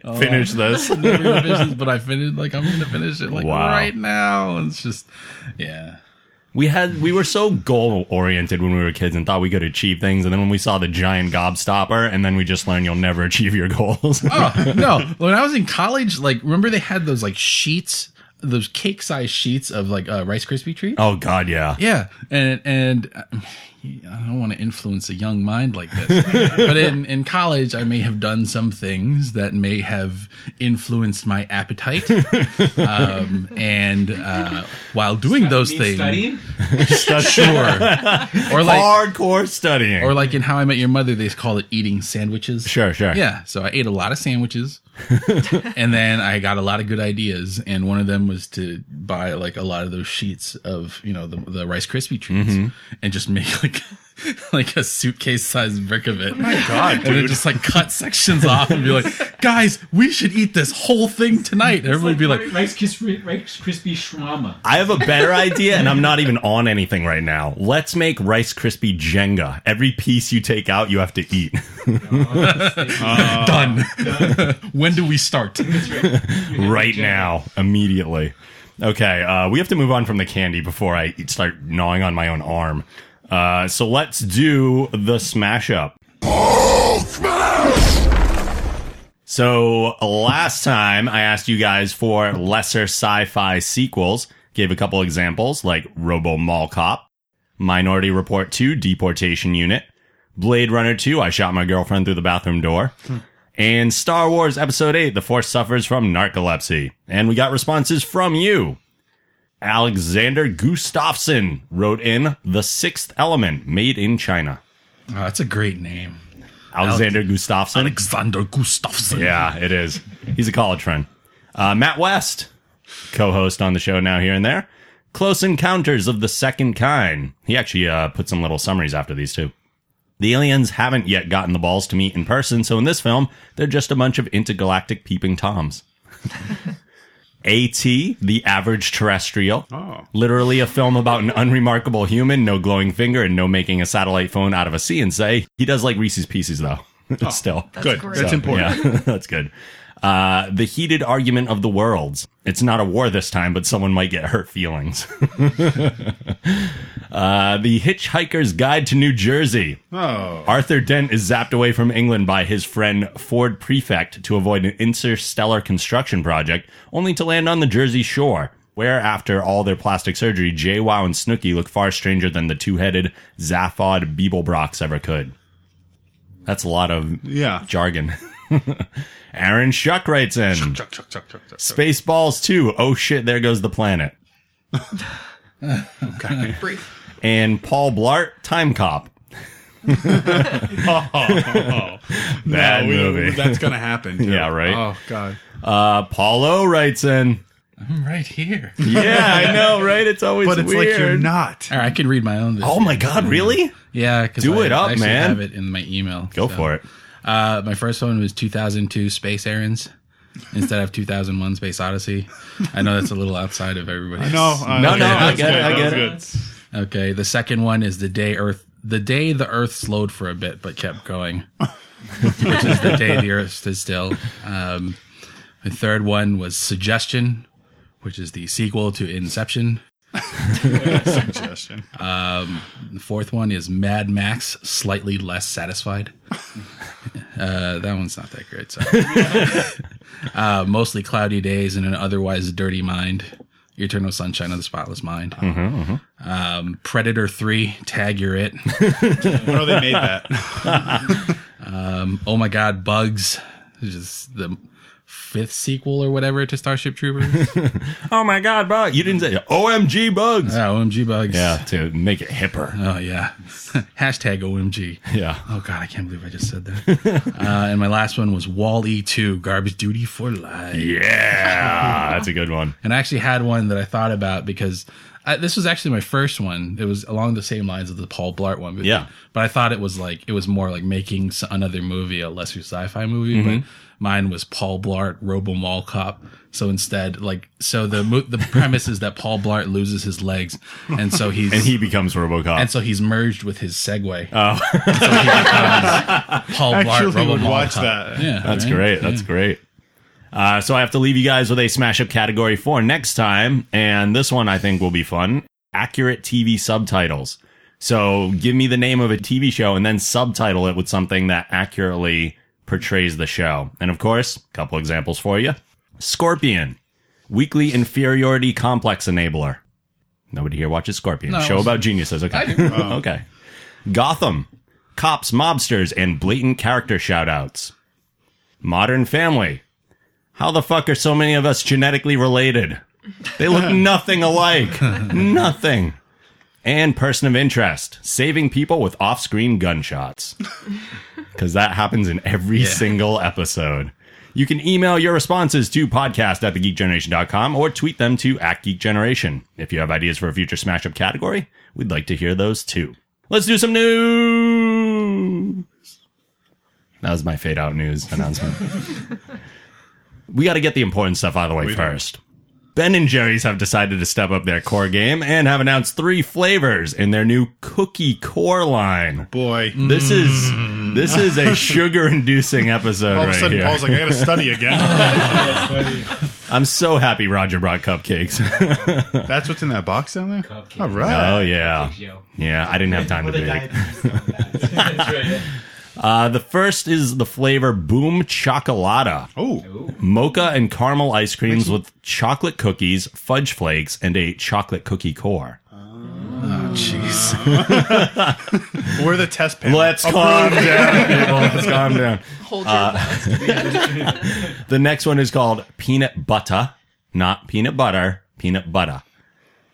Speaker 7: Oh,
Speaker 3: Finish this.
Speaker 7: never gonna finish this, but I finished like I'm gonna finish it like
Speaker 3: Wow.
Speaker 7: right now. It's just yeah.
Speaker 3: We had we were so goal oriented when we were kids and thought we could achieve things, and then when we saw the giant gobstopper, and then we just learned you'll never achieve your goals.
Speaker 7: Oh no! When I was in college, like remember they had those like sheets, those cake size sheets of like uh, Rice Krispie treats.
Speaker 3: oh God, yeah.
Speaker 7: Yeah, and and uh, I don't want to influence a young mind like this, but in in college, I may have done some things that may have influenced my appetite. Um, and uh, while doing those
Speaker 5: Mean
Speaker 7: things,
Speaker 5: Studying?
Speaker 7: sure, or like
Speaker 3: Hardcore studying.
Speaker 7: Or like in How I Met Your Mother, they call it eating sandwiches.
Speaker 3: sure, sure.
Speaker 7: Yeah. So I ate a lot of sandwiches, and then I got a lot of good ideas, and one of them was to buy like a lot of those sheets of you know the, the Rice Krispie treats, and just make like. Like a suitcase sized brick of it. my god! And then just like cut sections off and be like, "Guys, we should eat this whole thing tonight." Everybody would be like,
Speaker 5: Rice Krispie, Rice Krispie Shrama.
Speaker 3: I have a better idea, and I'm not even on anything right now. Let's make Rice Krispie Jenga. Every piece you take out, you have to eat.
Speaker 7: "Done." when do we start?
Speaker 3: right now, immediately. Okay, uh, we have to move on from the candy before I start gnawing on my own arm. Uh, so let's do the smash up. So last time I asked you guys for lesser sci-fi sequels, gave a couple examples like Robo Mall Cop, Minority Report 2, Deportation Unit, Blade Runner 2, I shot my girlfriend through the bathroom door. And Star Wars Episode 8, The Force Suffers from Narcolepsy. And we got responses from you. Alexander Gustafsson wrote in The Sixth Element, Made in China.
Speaker 7: Oh, that's a great name,
Speaker 3: Alexander Gustafsson.
Speaker 7: Alexander Gustafsson.
Speaker 3: yeah, it is. He's a college friend. Uh, Matt West, co host on the show now here and there. Close Encounters of the Second Kind. He actually uh, put some little summaries after these two. The aliens haven't yet gotten the balls to meet in person, so in this film, they're just a bunch of intergalactic peeping toms. AT, the average terrestrial.
Speaker 4: Oh.
Speaker 3: Literally a film about an unremarkable human, no glowing finger, and no making a satellite phone out of a sea and say. He does like Reese's Pieces, though. Still.
Speaker 4: Good.
Speaker 1: great.
Speaker 4: Oh, That's important.
Speaker 3: Yeah, that's good. Uh, the heated argument of the worlds. It's not a war this time, but someone might get hurt feelings. uh, the Hitchhiker's Guide to New Jersey.
Speaker 4: Oh,
Speaker 3: Arthur Dent is zapped away from England by his friend Ford Prefect to avoid an interstellar construction project, only to land on the Jersey shore, where, after all their plastic surgery, Jay Wow and Snooky look far stranger than the two headed Zaphod Beeblebrox ever could. That's a lot of
Speaker 4: yeah.
Speaker 3: jargon. Aaron Shuck writes in
Speaker 4: Chuck, chuck, chuck, chuck, chuck.
Speaker 3: Spaceballs 2. Oh shit, there goes the planet.
Speaker 6: Brief.
Speaker 3: And Paul Blart, Time Cop. Bad
Speaker 4: No, we-
Speaker 3: movie.
Speaker 4: That's gonna happen. too.
Speaker 3: Yeah, right?
Speaker 4: Oh god.
Speaker 3: Uh, Paulo writes in.
Speaker 7: I'm Mm, right here.
Speaker 3: Yeah, I know, right? It's always
Speaker 4: But it's like you're not. Mm.
Speaker 7: All right, I can read my own. this
Speaker 3: Oh my god, really?
Speaker 7: Yeah, 'cause
Speaker 3: Do
Speaker 7: I
Speaker 3: it up,
Speaker 7: actually
Speaker 3: man.
Speaker 7: Have it in my email.
Speaker 3: Go for it.
Speaker 7: Uh, my first one was 2002: Space Errands instead of 2001: Space Odyssey. I know that's a little outside of everybody.
Speaker 4: No, uh,
Speaker 3: No,
Speaker 4: okay,
Speaker 3: no, I
Speaker 4: that's
Speaker 3: get it,
Speaker 4: good,
Speaker 3: I
Speaker 4: that
Speaker 3: get
Speaker 4: was
Speaker 3: it.
Speaker 4: good.
Speaker 7: Okay, the second one is the day Earth, the day the Earth slowed for a bit but kept going, which is the day the Earth stood still. Um, the third one was Suggestion, which is the sequel to Inception.
Speaker 4: Suggestion.
Speaker 7: The fourth one is Mad Max, slightly less satisfied. Uh, that one's not that great. So, uh, mostly cloudy days and an otherwise dirty mind. Eternal sunshine of the spotless mind. Um, Predator three. Tag you're it.
Speaker 4: When are they made that?
Speaker 7: Um, oh my God, Bugs, which is the fifth sequel or whatever to Starship Troopers.
Speaker 3: Oh my god, bro! You didn't say OMG
Speaker 4: Uh,
Speaker 3: bugs.
Speaker 7: Yeah, OMG Bugs.
Speaker 3: Yeah, to make it hipper.
Speaker 7: Oh yeah. Hashtag OMG.
Speaker 3: Yeah.
Speaker 7: Oh god, I can't believe I just said that. uh, and my last one was Wall E two, Garbage Duty for Life.
Speaker 3: Yeah, that's a good one.
Speaker 7: And I actually had one that I thought about because I, this was actually my first one. It was along the same lines of the Paul Blart one. But,
Speaker 3: Yeah.
Speaker 7: But I thought it was like, it was more like making s- another movie, a lesser sci fi movie.
Speaker 3: Mm-hmm.
Speaker 7: But mine was Paul Blart, Robo Mall Cop. So instead, like, so the mo- the premise is that Paul Blart loses his legs. And so he's.
Speaker 3: And he becomes RoboCop.
Speaker 7: and so he's merged with his Segway. Oh, so he becomes Paul Blart.
Speaker 4: Actually,
Speaker 7: Robo
Speaker 4: would
Speaker 7: Mall
Speaker 4: watch
Speaker 7: Cop.
Speaker 4: that.
Speaker 7: Yeah,
Speaker 3: That's
Speaker 7: right?
Speaker 3: great. That's great. Uh, so I have to leave you guys with a smash up category for next time. And this one I think will be fun accurate TV subtitles. So give me the name of a TV show and then subtitle it with something that accurately portrays the show. And of course, a couple examples for you Scorpion, weekly inferiority complex enabler. Nobody here watches Scorpion.
Speaker 7: No,
Speaker 3: show
Speaker 7: I- Um,
Speaker 3: about geniuses. Okay. okay. Gotham, cops, mobsters, and blatant character shoutouts. Modern Family. How the fuck are so many of us genetically related? They look nothing alike. nothing. And Person of Interest, saving people with off screen gunshots. Because that happens in every single episode. You can email your responses to podcast at thegeekgeneration.com or tweet them to at geekgeneration. If you have ideas for a future smash up category, we'd like to hear those too. Let's do some news. That was my fade out news announcement. we got to get the important stuff out of the way first. Ben and Jerry's have decided to step up their core game and have announced three flavors in their new cookie core line.
Speaker 4: Boy.
Speaker 3: This is this is a sugar inducing episode
Speaker 4: Mm-hmm. All of a
Speaker 3: right
Speaker 4: sudden,
Speaker 3: here.
Speaker 4: Paul's like, I got to study again.
Speaker 3: I'm so happy Roger brought cupcakes.
Speaker 4: That's what's in that box down there?
Speaker 5: Cupcakes.
Speaker 4: All right.
Speaker 3: oh yeah.
Speaker 5: Yo.
Speaker 3: Yeah, I didn't have time to
Speaker 5: What a
Speaker 3: bake.
Speaker 5: diabetes sound that is. That's right.
Speaker 3: Uh, the first is the flavor Boom Chocolata.
Speaker 4: Oh,
Speaker 3: Mocha and caramel ice creams with chocolate cookies, fudge flakes, and a chocolate cookie core.
Speaker 4: Uh,
Speaker 7: Oh, Jeez.
Speaker 4: we're the test panel. Oh,
Speaker 3: Let's calm down, people. Let's calm down.
Speaker 6: Hold your applause.
Speaker 3: The next one is called peanut butter, not peanut butter, peanut butter.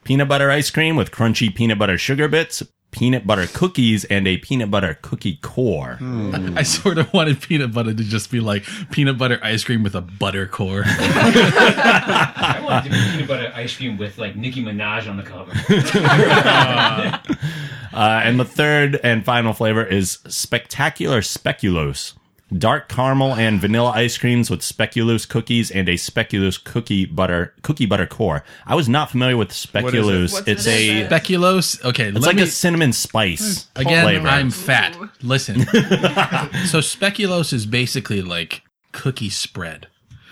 Speaker 3: Peanut butter ice cream with crunchy peanut butter sugar bits, peanut butter cookies, and a peanut butter cookie core.
Speaker 7: I sort of wanted peanut butter to just be like peanut butter ice cream with a butter core.
Speaker 5: I wanted to be peanut butter ice cream with like Nicki Minaj on the cover.
Speaker 3: Uh, and the third and final flavor is spectacular speculoos. Dark caramel and vanilla ice creams with speculoos cookies and a speculoos cookie butter cookie butter core. I was not familiar with speculoos.
Speaker 6: What's
Speaker 3: It's
Speaker 6: it?
Speaker 3: a
Speaker 6: It's
Speaker 7: Speculoos. Okay,
Speaker 3: it's
Speaker 7: let
Speaker 3: like
Speaker 7: me, Hmm.
Speaker 3: a cinnamon spice
Speaker 7: again.
Speaker 3: flavor.
Speaker 7: I'm fat. Listen. so speculoos is basically like cookie spread.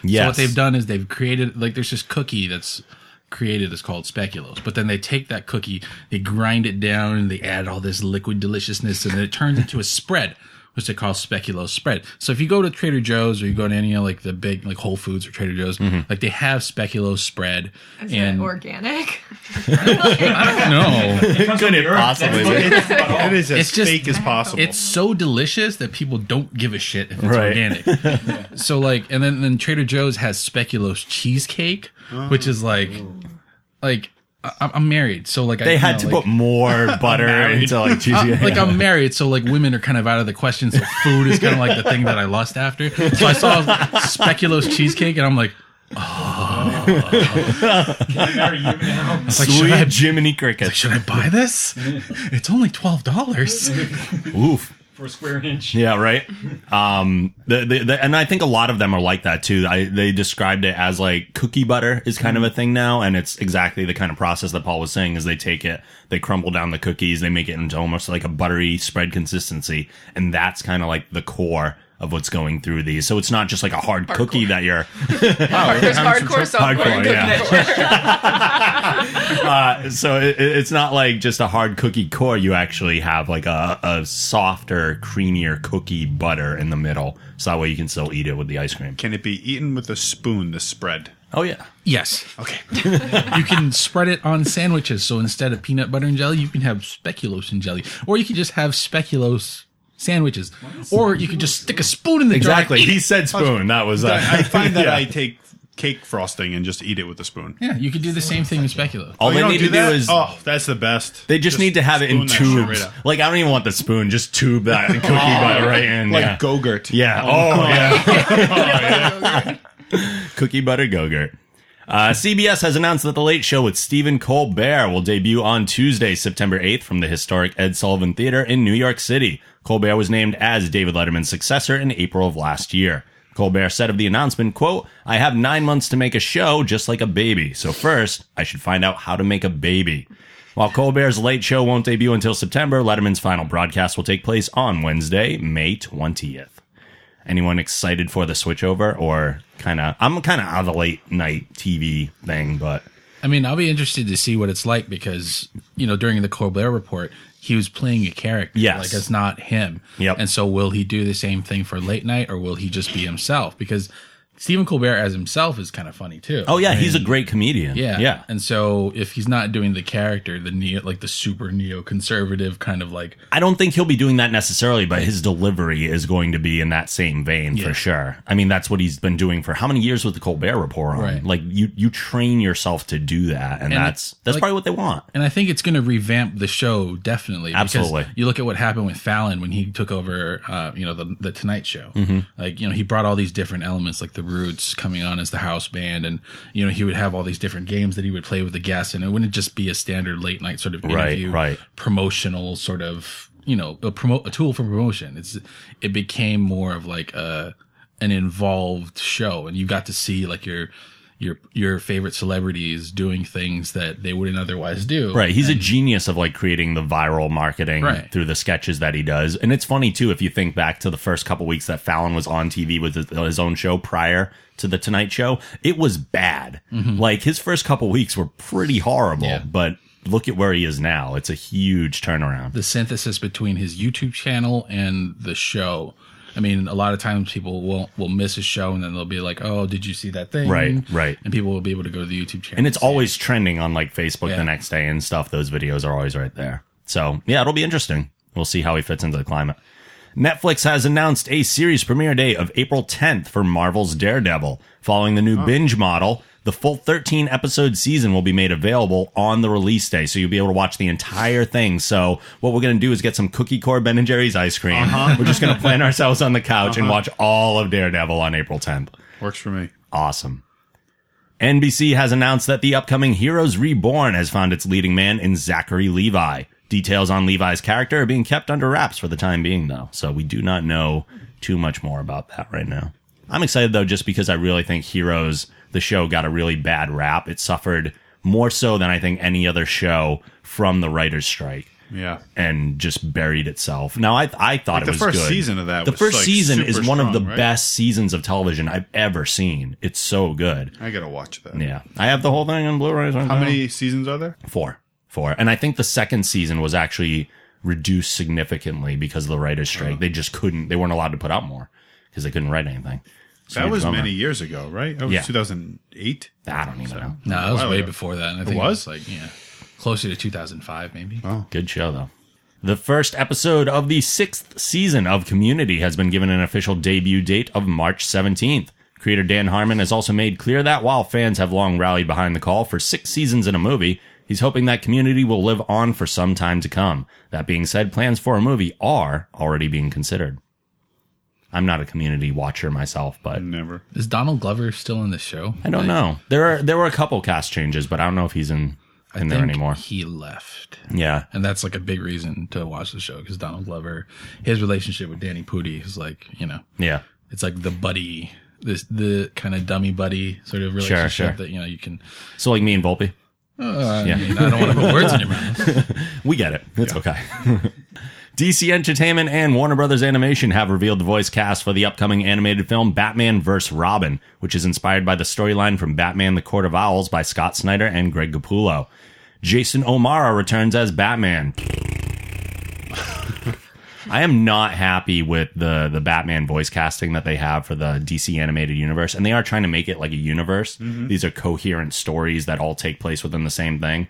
Speaker 3: yes.
Speaker 7: So what they've done is they've created like there's this cookie that's created is called speculoos, but then they take that cookie, they grind it down, and they add all this liquid deliciousness, and then it turns into a spread. Which they call speculoos spread. So if you go to Trader Joe's or you go to any of like the big like Whole Foods or Trader Joe's,
Speaker 3: Mm-hmm.
Speaker 7: like they have speculoos spread.
Speaker 1: Is
Speaker 7: and
Speaker 1: it organic?
Speaker 7: no,
Speaker 3: Could it possibly be?
Speaker 4: It's, it is as
Speaker 7: It's just-
Speaker 4: fake as possible.
Speaker 7: It's so delicious that people don't give a shit if it's
Speaker 3: Right.
Speaker 7: organic. So like, and then then Trader Joe's has speculoos cheesecake, which is like, like I- I'm married, so like I,
Speaker 3: They
Speaker 7: you
Speaker 3: had
Speaker 7: know,
Speaker 3: to
Speaker 7: like-
Speaker 3: put more butter into like cheesy.
Speaker 7: like I'm married, so like women are kind of out of the question. So food is kind of like the thing that I lust after. So I saw speculoos cheesecake, and I'm like,
Speaker 5: Marry you now.
Speaker 7: it's like should
Speaker 3: Sweet
Speaker 7: I,
Speaker 3: Jiminy Cricket.
Speaker 7: should I buy this? It's only twelve dollars.
Speaker 3: Oof.
Speaker 5: For a square inch.
Speaker 3: Yeah, right. Um, the, the, the, and I think a lot of them are like that too. I, they described it as like cookie butter is kind of a thing now, and it's exactly the kind of process that Paul was saying. Is they take it, they crumble down the cookies, they make it into almost like a buttery spread consistency, and that's kind of like the core of what's going through these. So it's not just like a hard cookie that you're
Speaker 6: There's hardcore software.
Speaker 3: Hardcore,
Speaker 6: and
Speaker 3: yeah.
Speaker 6: cooking software.
Speaker 3: uh, so it, it- it's not like just a hard cookie core. You actually have like a, a softer, creamier cookie butter in the middle, so that way you can still eat it with the ice cream.
Speaker 4: Can it be eaten with a spoon? The spread.
Speaker 3: Oh yeah,
Speaker 7: Yes.
Speaker 4: Okay.
Speaker 7: you can spread it on sandwiches. So instead of peanut butter and jelly, you can have speculoos and jelly. Or you can just have speculoos sandwiches. Or you could just stick a spoon in the jar and
Speaker 3: exactly.
Speaker 7: eat it.
Speaker 3: He said spoon. That was. Uh,
Speaker 4: I find that
Speaker 3: yeah.
Speaker 4: I take cake frosting and just eat it with a spoon.
Speaker 7: Yeah, you could do the same thing with speculoos.
Speaker 3: All they
Speaker 4: Oh, you don't
Speaker 3: need
Speaker 4: do
Speaker 3: to do
Speaker 4: that?
Speaker 3: is
Speaker 4: oh, that's the best.
Speaker 3: They just, need to have it in
Speaker 4: spoon that shit
Speaker 3: tubes.
Speaker 4: right up. Oh,
Speaker 3: like I don't even want the spoon. Just tube that cookie butter right in.
Speaker 4: like
Speaker 3: yeah.
Speaker 4: Go-Gurt.
Speaker 3: Yeah. Oh, yeah. Cookie butter go-gurt. Uh, CBS has announced that The Late Show with Stephen Colbert will debut on Tuesday, September 8th from the historic Ed Sullivan Theater in New York City. Colbert was named as David Letterman's successor in April of last year. Colbert said of the announcement, quote, I have nine months to make a show just like a baby. So first, I should find out how to make a baby. While Colbert's Late Show won't debut until September, Letterman's final broadcast will take place on Wednesday, May 20th anyone excited for the switchover or kind of i'm kind of out of the late night tv thing but
Speaker 7: I mean, I'll be interested to see what it's like because you know during the Colbert report, he was playing a character.
Speaker 3: Yes.
Speaker 7: like it's not him.
Speaker 3: Yep.
Speaker 7: And so, will he do the same thing for late night, or will he just be himself? Because Stephen Colbert as himself is kind of funny too.
Speaker 3: oh yeah he's a great comedian
Speaker 7: Yeah.
Speaker 3: yeah
Speaker 7: And so, if he's not doing the character, the neo, like the super neo-conservative kind of like,
Speaker 3: i don't think he'll be doing that necessarily but his delivery is going to be in that same vein for sure i mean that's what he's been doing for how many years with the colbert report on
Speaker 7: Right.
Speaker 3: like you you train yourself to do that and,
Speaker 7: And
Speaker 3: that's that's
Speaker 7: like-
Speaker 3: probably what they want
Speaker 7: and I think it's going to revamp the show definitely. because
Speaker 3: Absolutely.
Speaker 7: you look at what happened with Fallon when he took over, uh, you know, the the Tonight Show.
Speaker 3: Mm-hmm.
Speaker 7: Like, you know, he brought all these different elements, like the Roots coming on as the house band, and you know, he would have all these different games that he would play with the guests, and it wouldn't just be a standard late night sort of
Speaker 3: Right,
Speaker 7: interview,
Speaker 3: right.
Speaker 7: promotional sort of, you know, a promote a tool for promotion. It's it became more of like a an involved show, and you got to see like your. Your, your favorite celebrities doing things that they wouldn't otherwise do.
Speaker 3: Right. He's a genius of like creating the viral marketing
Speaker 7: Right.
Speaker 3: through the sketches that he does. And it's funny too if you think back to the first couple weeks that Fallon was on TV with his, uh, his own show prior to the Tonight Show, it was bad. Like his first couple weeks were pretty horrible,
Speaker 7: Mm-hmm. Yeah.
Speaker 3: but look at where he is now. It's a huge turnaround.
Speaker 7: the synthesis between his YouTube channel and the show. I mean, a lot of times people will will miss a show and then they'll be like, "Oh, did you see that thing?"
Speaker 3: Right, right.
Speaker 7: And people will be able to go to the YouTube channel.
Speaker 3: And it's
Speaker 7: see it.
Speaker 3: always trending on like Facebook
Speaker 7: Yeah.
Speaker 3: the next day and stuff. Those videos are always right there. So yeah, it'll be interesting. We'll see how he fits into the climate. Netflix has announced a series premiere day of April 10th for Marvel's Daredevil. Following the new binge model, the full 13 episode season will be made available on the release day, so you'll be able to watch the entire thing. So what we're gonna do is get some cookie core Ben and Jerry's ice cream. We're just gonna plant ourselves on the couch and watch all of Daredevil on April 10th
Speaker 4: Works for me.
Speaker 3: awesome. NBC has announced that the upcoming Heroes Reborn has found its leading man in Zachary Levi. Details on Levi's character are being kept under wraps for the time being, though, so we do not know too much more about that right now. I'm excited, though, just because I really think Heroes, the show, got a really bad rap. It suffered more so than I think any other show from the writer's strike
Speaker 4: Yeah.
Speaker 3: and just buried itself. Now I I thought it
Speaker 4: the
Speaker 3: was
Speaker 4: first
Speaker 3: good.
Speaker 4: season of that
Speaker 3: The
Speaker 4: was,
Speaker 3: first
Speaker 4: like,
Speaker 3: season is
Speaker 4: super
Speaker 3: one of the
Speaker 4: strong, right?
Speaker 3: best seasons of television I've ever seen. It's so good.
Speaker 4: I gotta watch that.
Speaker 3: Yeah, I have the whole thing on Blu-ray.
Speaker 4: How many seasons are there?
Speaker 3: Four, four, and I think the second season was actually reduced significantly because of the writers' strike.
Speaker 4: Oh.
Speaker 3: They just couldn't. They weren't allowed to put out more because they couldn't write anything. It's a
Speaker 4: That
Speaker 3: huge
Speaker 4: was
Speaker 3: bummer.
Speaker 4: many years ago, right? That was
Speaker 3: Yeah.
Speaker 4: 2008.
Speaker 3: I don't even know.
Speaker 7: no, that was
Speaker 4: Wow.
Speaker 7: way before that. And I think it
Speaker 4: was?
Speaker 7: was? like yeah, closer to 2005 maybe.
Speaker 3: Good show, though. The first episode of the sixth season of Community has been given an official debut date of March 17th. Creator Dan Harmon has also made clear that while fans have long rallied behind the call for six seasons in a movie, he's hoping that Community will live on for some time to come. That being said, plans for a movie are already being considered. I'm not a Community watcher myself, but
Speaker 4: Never.
Speaker 7: Is Donald Glover still in the show?
Speaker 3: I don't know. There are there were a couple cast changes, but I don't know if he's in
Speaker 7: I
Speaker 3: in there
Speaker 7: think
Speaker 3: anymore.
Speaker 7: He left.
Speaker 3: Yeah,
Speaker 7: And that's like a big reason to watch the show because Donald Glover, his relationship with Danny Pudi is like, you know,
Speaker 3: yeah.
Speaker 7: it's like the buddy, this the kind of dummy buddy sort of relationship
Speaker 3: sure.
Speaker 7: that you know you can
Speaker 3: So like me and Volpe.
Speaker 7: Uh, I
Speaker 3: Yeah.
Speaker 7: mean, I don't want to put words in your mouth.
Speaker 3: We get it. It's okay. DC Entertainment and Warner Brothers Animation have revealed the voice cast for the upcoming animated film Batman vs. Robin, which is inspired by the storyline from Batman the Court of Owls by Scott Snyder and Greg Capullo. Jason O'Mara returns as Batman. I am not happy with the the Batman voice casting that they have for the DC animated universe, and they are trying to make it like a universe.
Speaker 4: Mm-hmm.
Speaker 3: These are coherent stories that all take place within the same thing.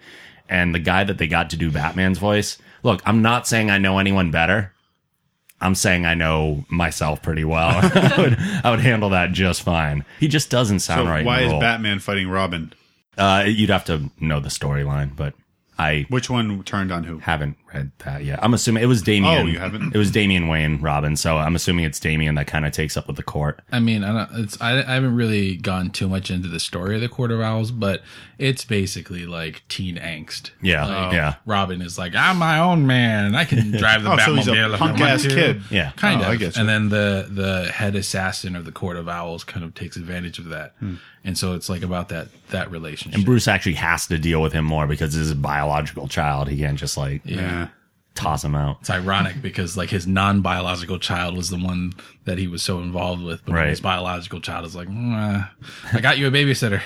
Speaker 3: And the guy that they got to do Batman's voice, look, I'm not saying I know anyone better. I'm saying I know myself pretty well. I, would, I would handle that just fine. He just doesn't sound
Speaker 4: So
Speaker 3: right. in
Speaker 4: why
Speaker 3: the
Speaker 4: is
Speaker 3: role.
Speaker 4: Batman fighting Robin?
Speaker 3: Uh, you'd have to know the storyline, but I
Speaker 4: Which one turned on who?
Speaker 3: haven't read that yet. I'm assuming it was Damien.
Speaker 4: Oh, you haven't?
Speaker 3: It was Damien Wayne Robin, so I'm assuming it's Damien that kind of takes up with the court.
Speaker 7: I mean, I don't. It's I, I haven't really gone too much into the story of the Court of Owls, but it's basically like teen angst.
Speaker 3: Yeah,
Speaker 7: Like,
Speaker 3: yeah.
Speaker 7: Robin is like, I'm my own man, and I can drive the
Speaker 4: Oh, so
Speaker 7: Batmobile.
Speaker 4: he's a
Speaker 7: if I
Speaker 4: punk
Speaker 7: want
Speaker 4: ass
Speaker 7: to."
Speaker 4: kid.
Speaker 3: Yeah.
Speaker 7: kind
Speaker 4: Oh,
Speaker 7: of.
Speaker 4: I get you.
Speaker 7: And then the the head assassin of the Court of Owls kind of takes advantage of that,
Speaker 4: Hmm.
Speaker 7: and so it's like about that that relationship.
Speaker 3: And Bruce actually has to deal with him more because this is a biological child. He can't just like
Speaker 4: Yeah.
Speaker 3: toss him out.
Speaker 7: it's ironic because like his non biological child was the one that he was so involved with, but
Speaker 3: Right.
Speaker 7: his biological child is like, "Mm, uh, I got you a babysitter.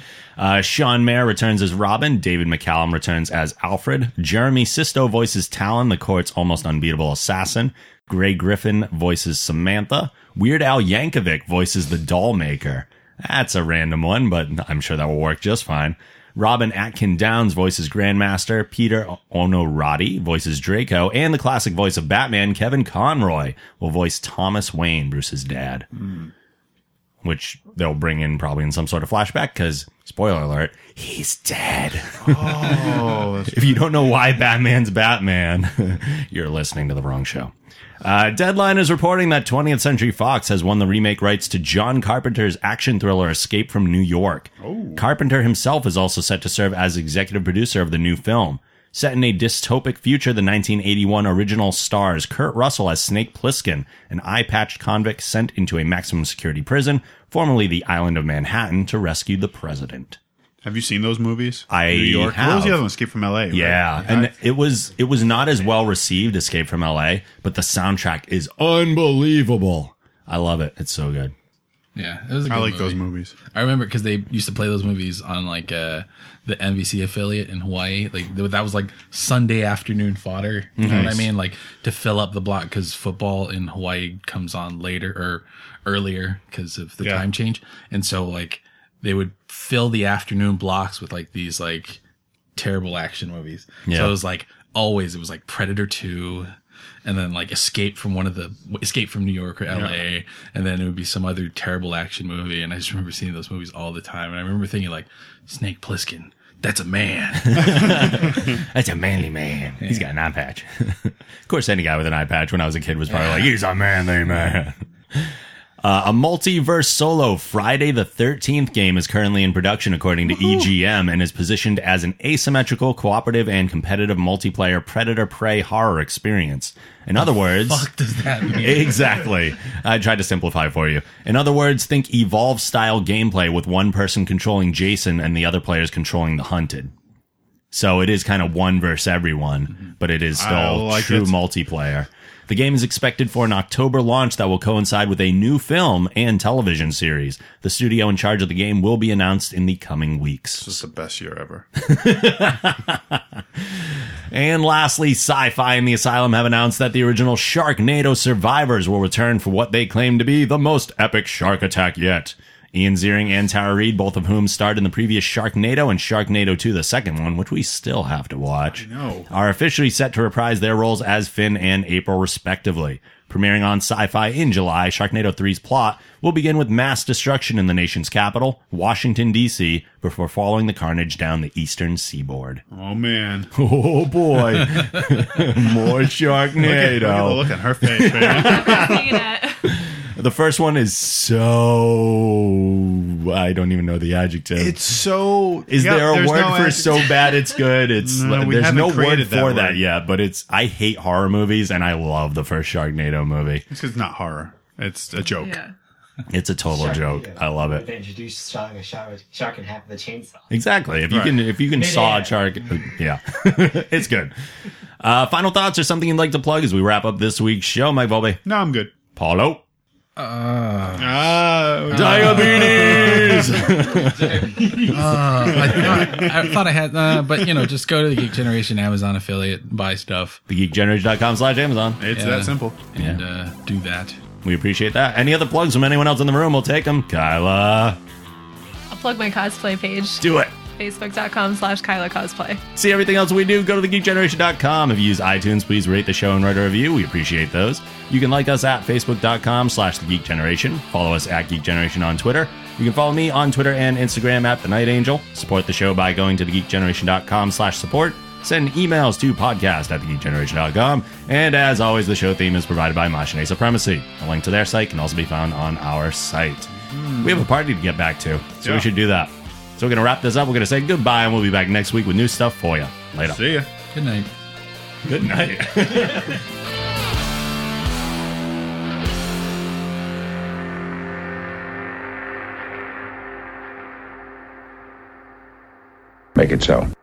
Speaker 3: Uh, Sean Mayer returns as Robin. David McCallum returns as Alfred. Jeremy Sisto voices Talon, the court's almost unbeatable assassin. Gray Griffin voices Samantha. Weird Al Yankovic voices the doll maker. That's a random one, but I'm sure that will work just fine. Robin Atkin Downs voices Grandmaster. Peter Onorati voices Draco. And the classic voice of Batman, Kevin Conroy, will voice Thomas Wayne, Bruce's dad which they'll bring in probably in some sort of flashback because spoiler alert he's dead if you don't know why batman's batman you're listening to the wrong show uh, deadline is reporting that 20th century fox has won the remake rights to john carpenter's action thriller escape from new york carpenter himself is also set to serve as executive producer of the new film Set in a dystopic future, the 1981 original stars Kurt Russell as Snake Plissken, an eye-patched convict sent into a maximum security prison, formerly the island of Manhattan, to rescue the president.
Speaker 4: Have you seen those movies?
Speaker 3: I
Speaker 4: New York. What was the
Speaker 3: have.
Speaker 4: other one? Escape from L.A. right?
Speaker 3: Yeah,
Speaker 4: I-
Speaker 3: and it was it was not as well received Escape from LA, but the soundtrack is unbelievable. I love it. It's so good.
Speaker 7: Yeah, it was. A good
Speaker 4: I like
Speaker 7: movie.
Speaker 4: those movies.
Speaker 7: I remember because they used to play those movies on like uh, the NBC affiliate in Hawaii. Like th- that was like Sunday afternoon fodder. You know what I mean? Like to fill up the block because football in Hawaii comes on later or earlier because of the
Speaker 4: Yeah.
Speaker 7: time change. And so like they would fill the afternoon blocks with like these like terrible action movies.
Speaker 3: Yeah.
Speaker 7: So it was like always it was like Predator Two, and then like Escape from one of the Escape from New York or L.A. And then it would be some other terrible action movie. And I just remember seeing those movies all the time. And I remember thinking like Snake Plissken. That's a man.
Speaker 3: That's a manly man. He's got an eye patch. of course, any guy with an eye patch when I was a kid was probably like, he's a manly man. Uh, a multiverse solo Friday the 13th game is currently in production, according to EGM, and is positioned as an asymmetrical, cooperative, and competitive multiplayer predator prey horror experience. In other words,
Speaker 7: Fuck does that mean?
Speaker 3: exactly. I tried to simplify for you. In other words, think evolve style gameplay with one person controlling Jason and the other players controlling the hunted. So it is kind of one versus everyone, but it is
Speaker 4: I
Speaker 3: still
Speaker 4: like
Speaker 3: true
Speaker 4: it.
Speaker 3: multiplayer. The game is expected for an October launch that will coincide with a new film and television series. The studio in charge of the game will be announced in the coming weeks.
Speaker 4: This is the best year ever.
Speaker 3: And lastly, Sci Fi and the Asylum have announced that the original Sharknado survivors will return for what they claim to be the most epic shark attack yet. Ian Ziering and Tara Reid, both of whom starred in the previous Sharknado and Sharknado 2, the second one, which we still have to watch,
Speaker 4: know.
Speaker 3: are officially set to reprise their roles as Finn and April, respectively. Premiering on Sci Fi in July, Sharknado 3's plot will begin with mass destruction in the nation's capital, Washington, D.C., before following the carnage down the eastern seaboard.
Speaker 4: Oh man,
Speaker 3: Oh boy, more
Speaker 4: look at the
Speaker 3: Sharknado.
Speaker 4: look on her face. man.
Speaker 1: Seen it.
Speaker 3: The first one is so I don't even know the adjective.
Speaker 4: it's so.
Speaker 3: is
Speaker 4: Yep,
Speaker 3: there a
Speaker 4: there's
Speaker 3: word
Speaker 4: no
Speaker 3: for
Speaker 4: ad-
Speaker 3: so bad it's good? It's
Speaker 4: No, we
Speaker 3: there's
Speaker 4: haven't
Speaker 3: no word
Speaker 4: created
Speaker 3: for
Speaker 4: that
Speaker 3: that,
Speaker 4: word.
Speaker 3: yet, but it's I hate horror movies and I love the first Sharknado movie.
Speaker 4: It's 'cause it's not horror. It's a joke.
Speaker 1: Yeah.
Speaker 3: It's a total joke. I love
Speaker 5: They
Speaker 3: it.
Speaker 5: introduced Shark, a Shark, Shark and half of the chainsaw.
Speaker 3: Exactly. If you
Speaker 4: Right.
Speaker 3: can if you can
Speaker 5: Yeah.
Speaker 3: saw a shark, yeah. it's good. Uh, final thoughts or something you'd like to plug as we wrap up this week's show, Mike Volpe?
Speaker 4: No, I'm good.
Speaker 3: Paulo?
Speaker 4: Ah,
Speaker 3: Diabetes!
Speaker 7: I, thought- I thought I had, uh, but you know, just go to the Geek Generation Amazon affiliate, buy stuff,
Speaker 3: TheGeekGeneration.com slash Amazon.
Speaker 4: it's
Speaker 7: Yeah.
Speaker 4: that simple.
Speaker 7: and uh, do that.
Speaker 3: We appreciate that. Any other plugs from anyone else in the room? We'll take them. Kyla,
Speaker 1: I'll plug my cosplay page,
Speaker 3: do it.
Speaker 1: facebook.com slash Kyla Cosplay.
Speaker 3: See everything else we do, go to thegeekgeneration.com. If you use iTunes, please rate the show and write a review. We appreciate those. You can like us at facebook.com slash the Geek Generation. Follow us at Geek Generation on Twitter. You can follow me on Twitter and Instagram at The Night Angel. Support the show by going to thegeekgeneration.com slash support. Send emails to podcast at thegeekgeneration.com. And as always, the show theme is provided by Machine Supremacy. A link to their site can also be found on our site. We have a party to get back to, so we
Speaker 4: Yeah.
Speaker 3: should do that. So we're going to wrap this up. We're going to say goodbye, and we'll be back next week with new stuff for you. Later.
Speaker 4: See ya.
Speaker 7: Good night.
Speaker 3: Good night.
Speaker 11: Make it so.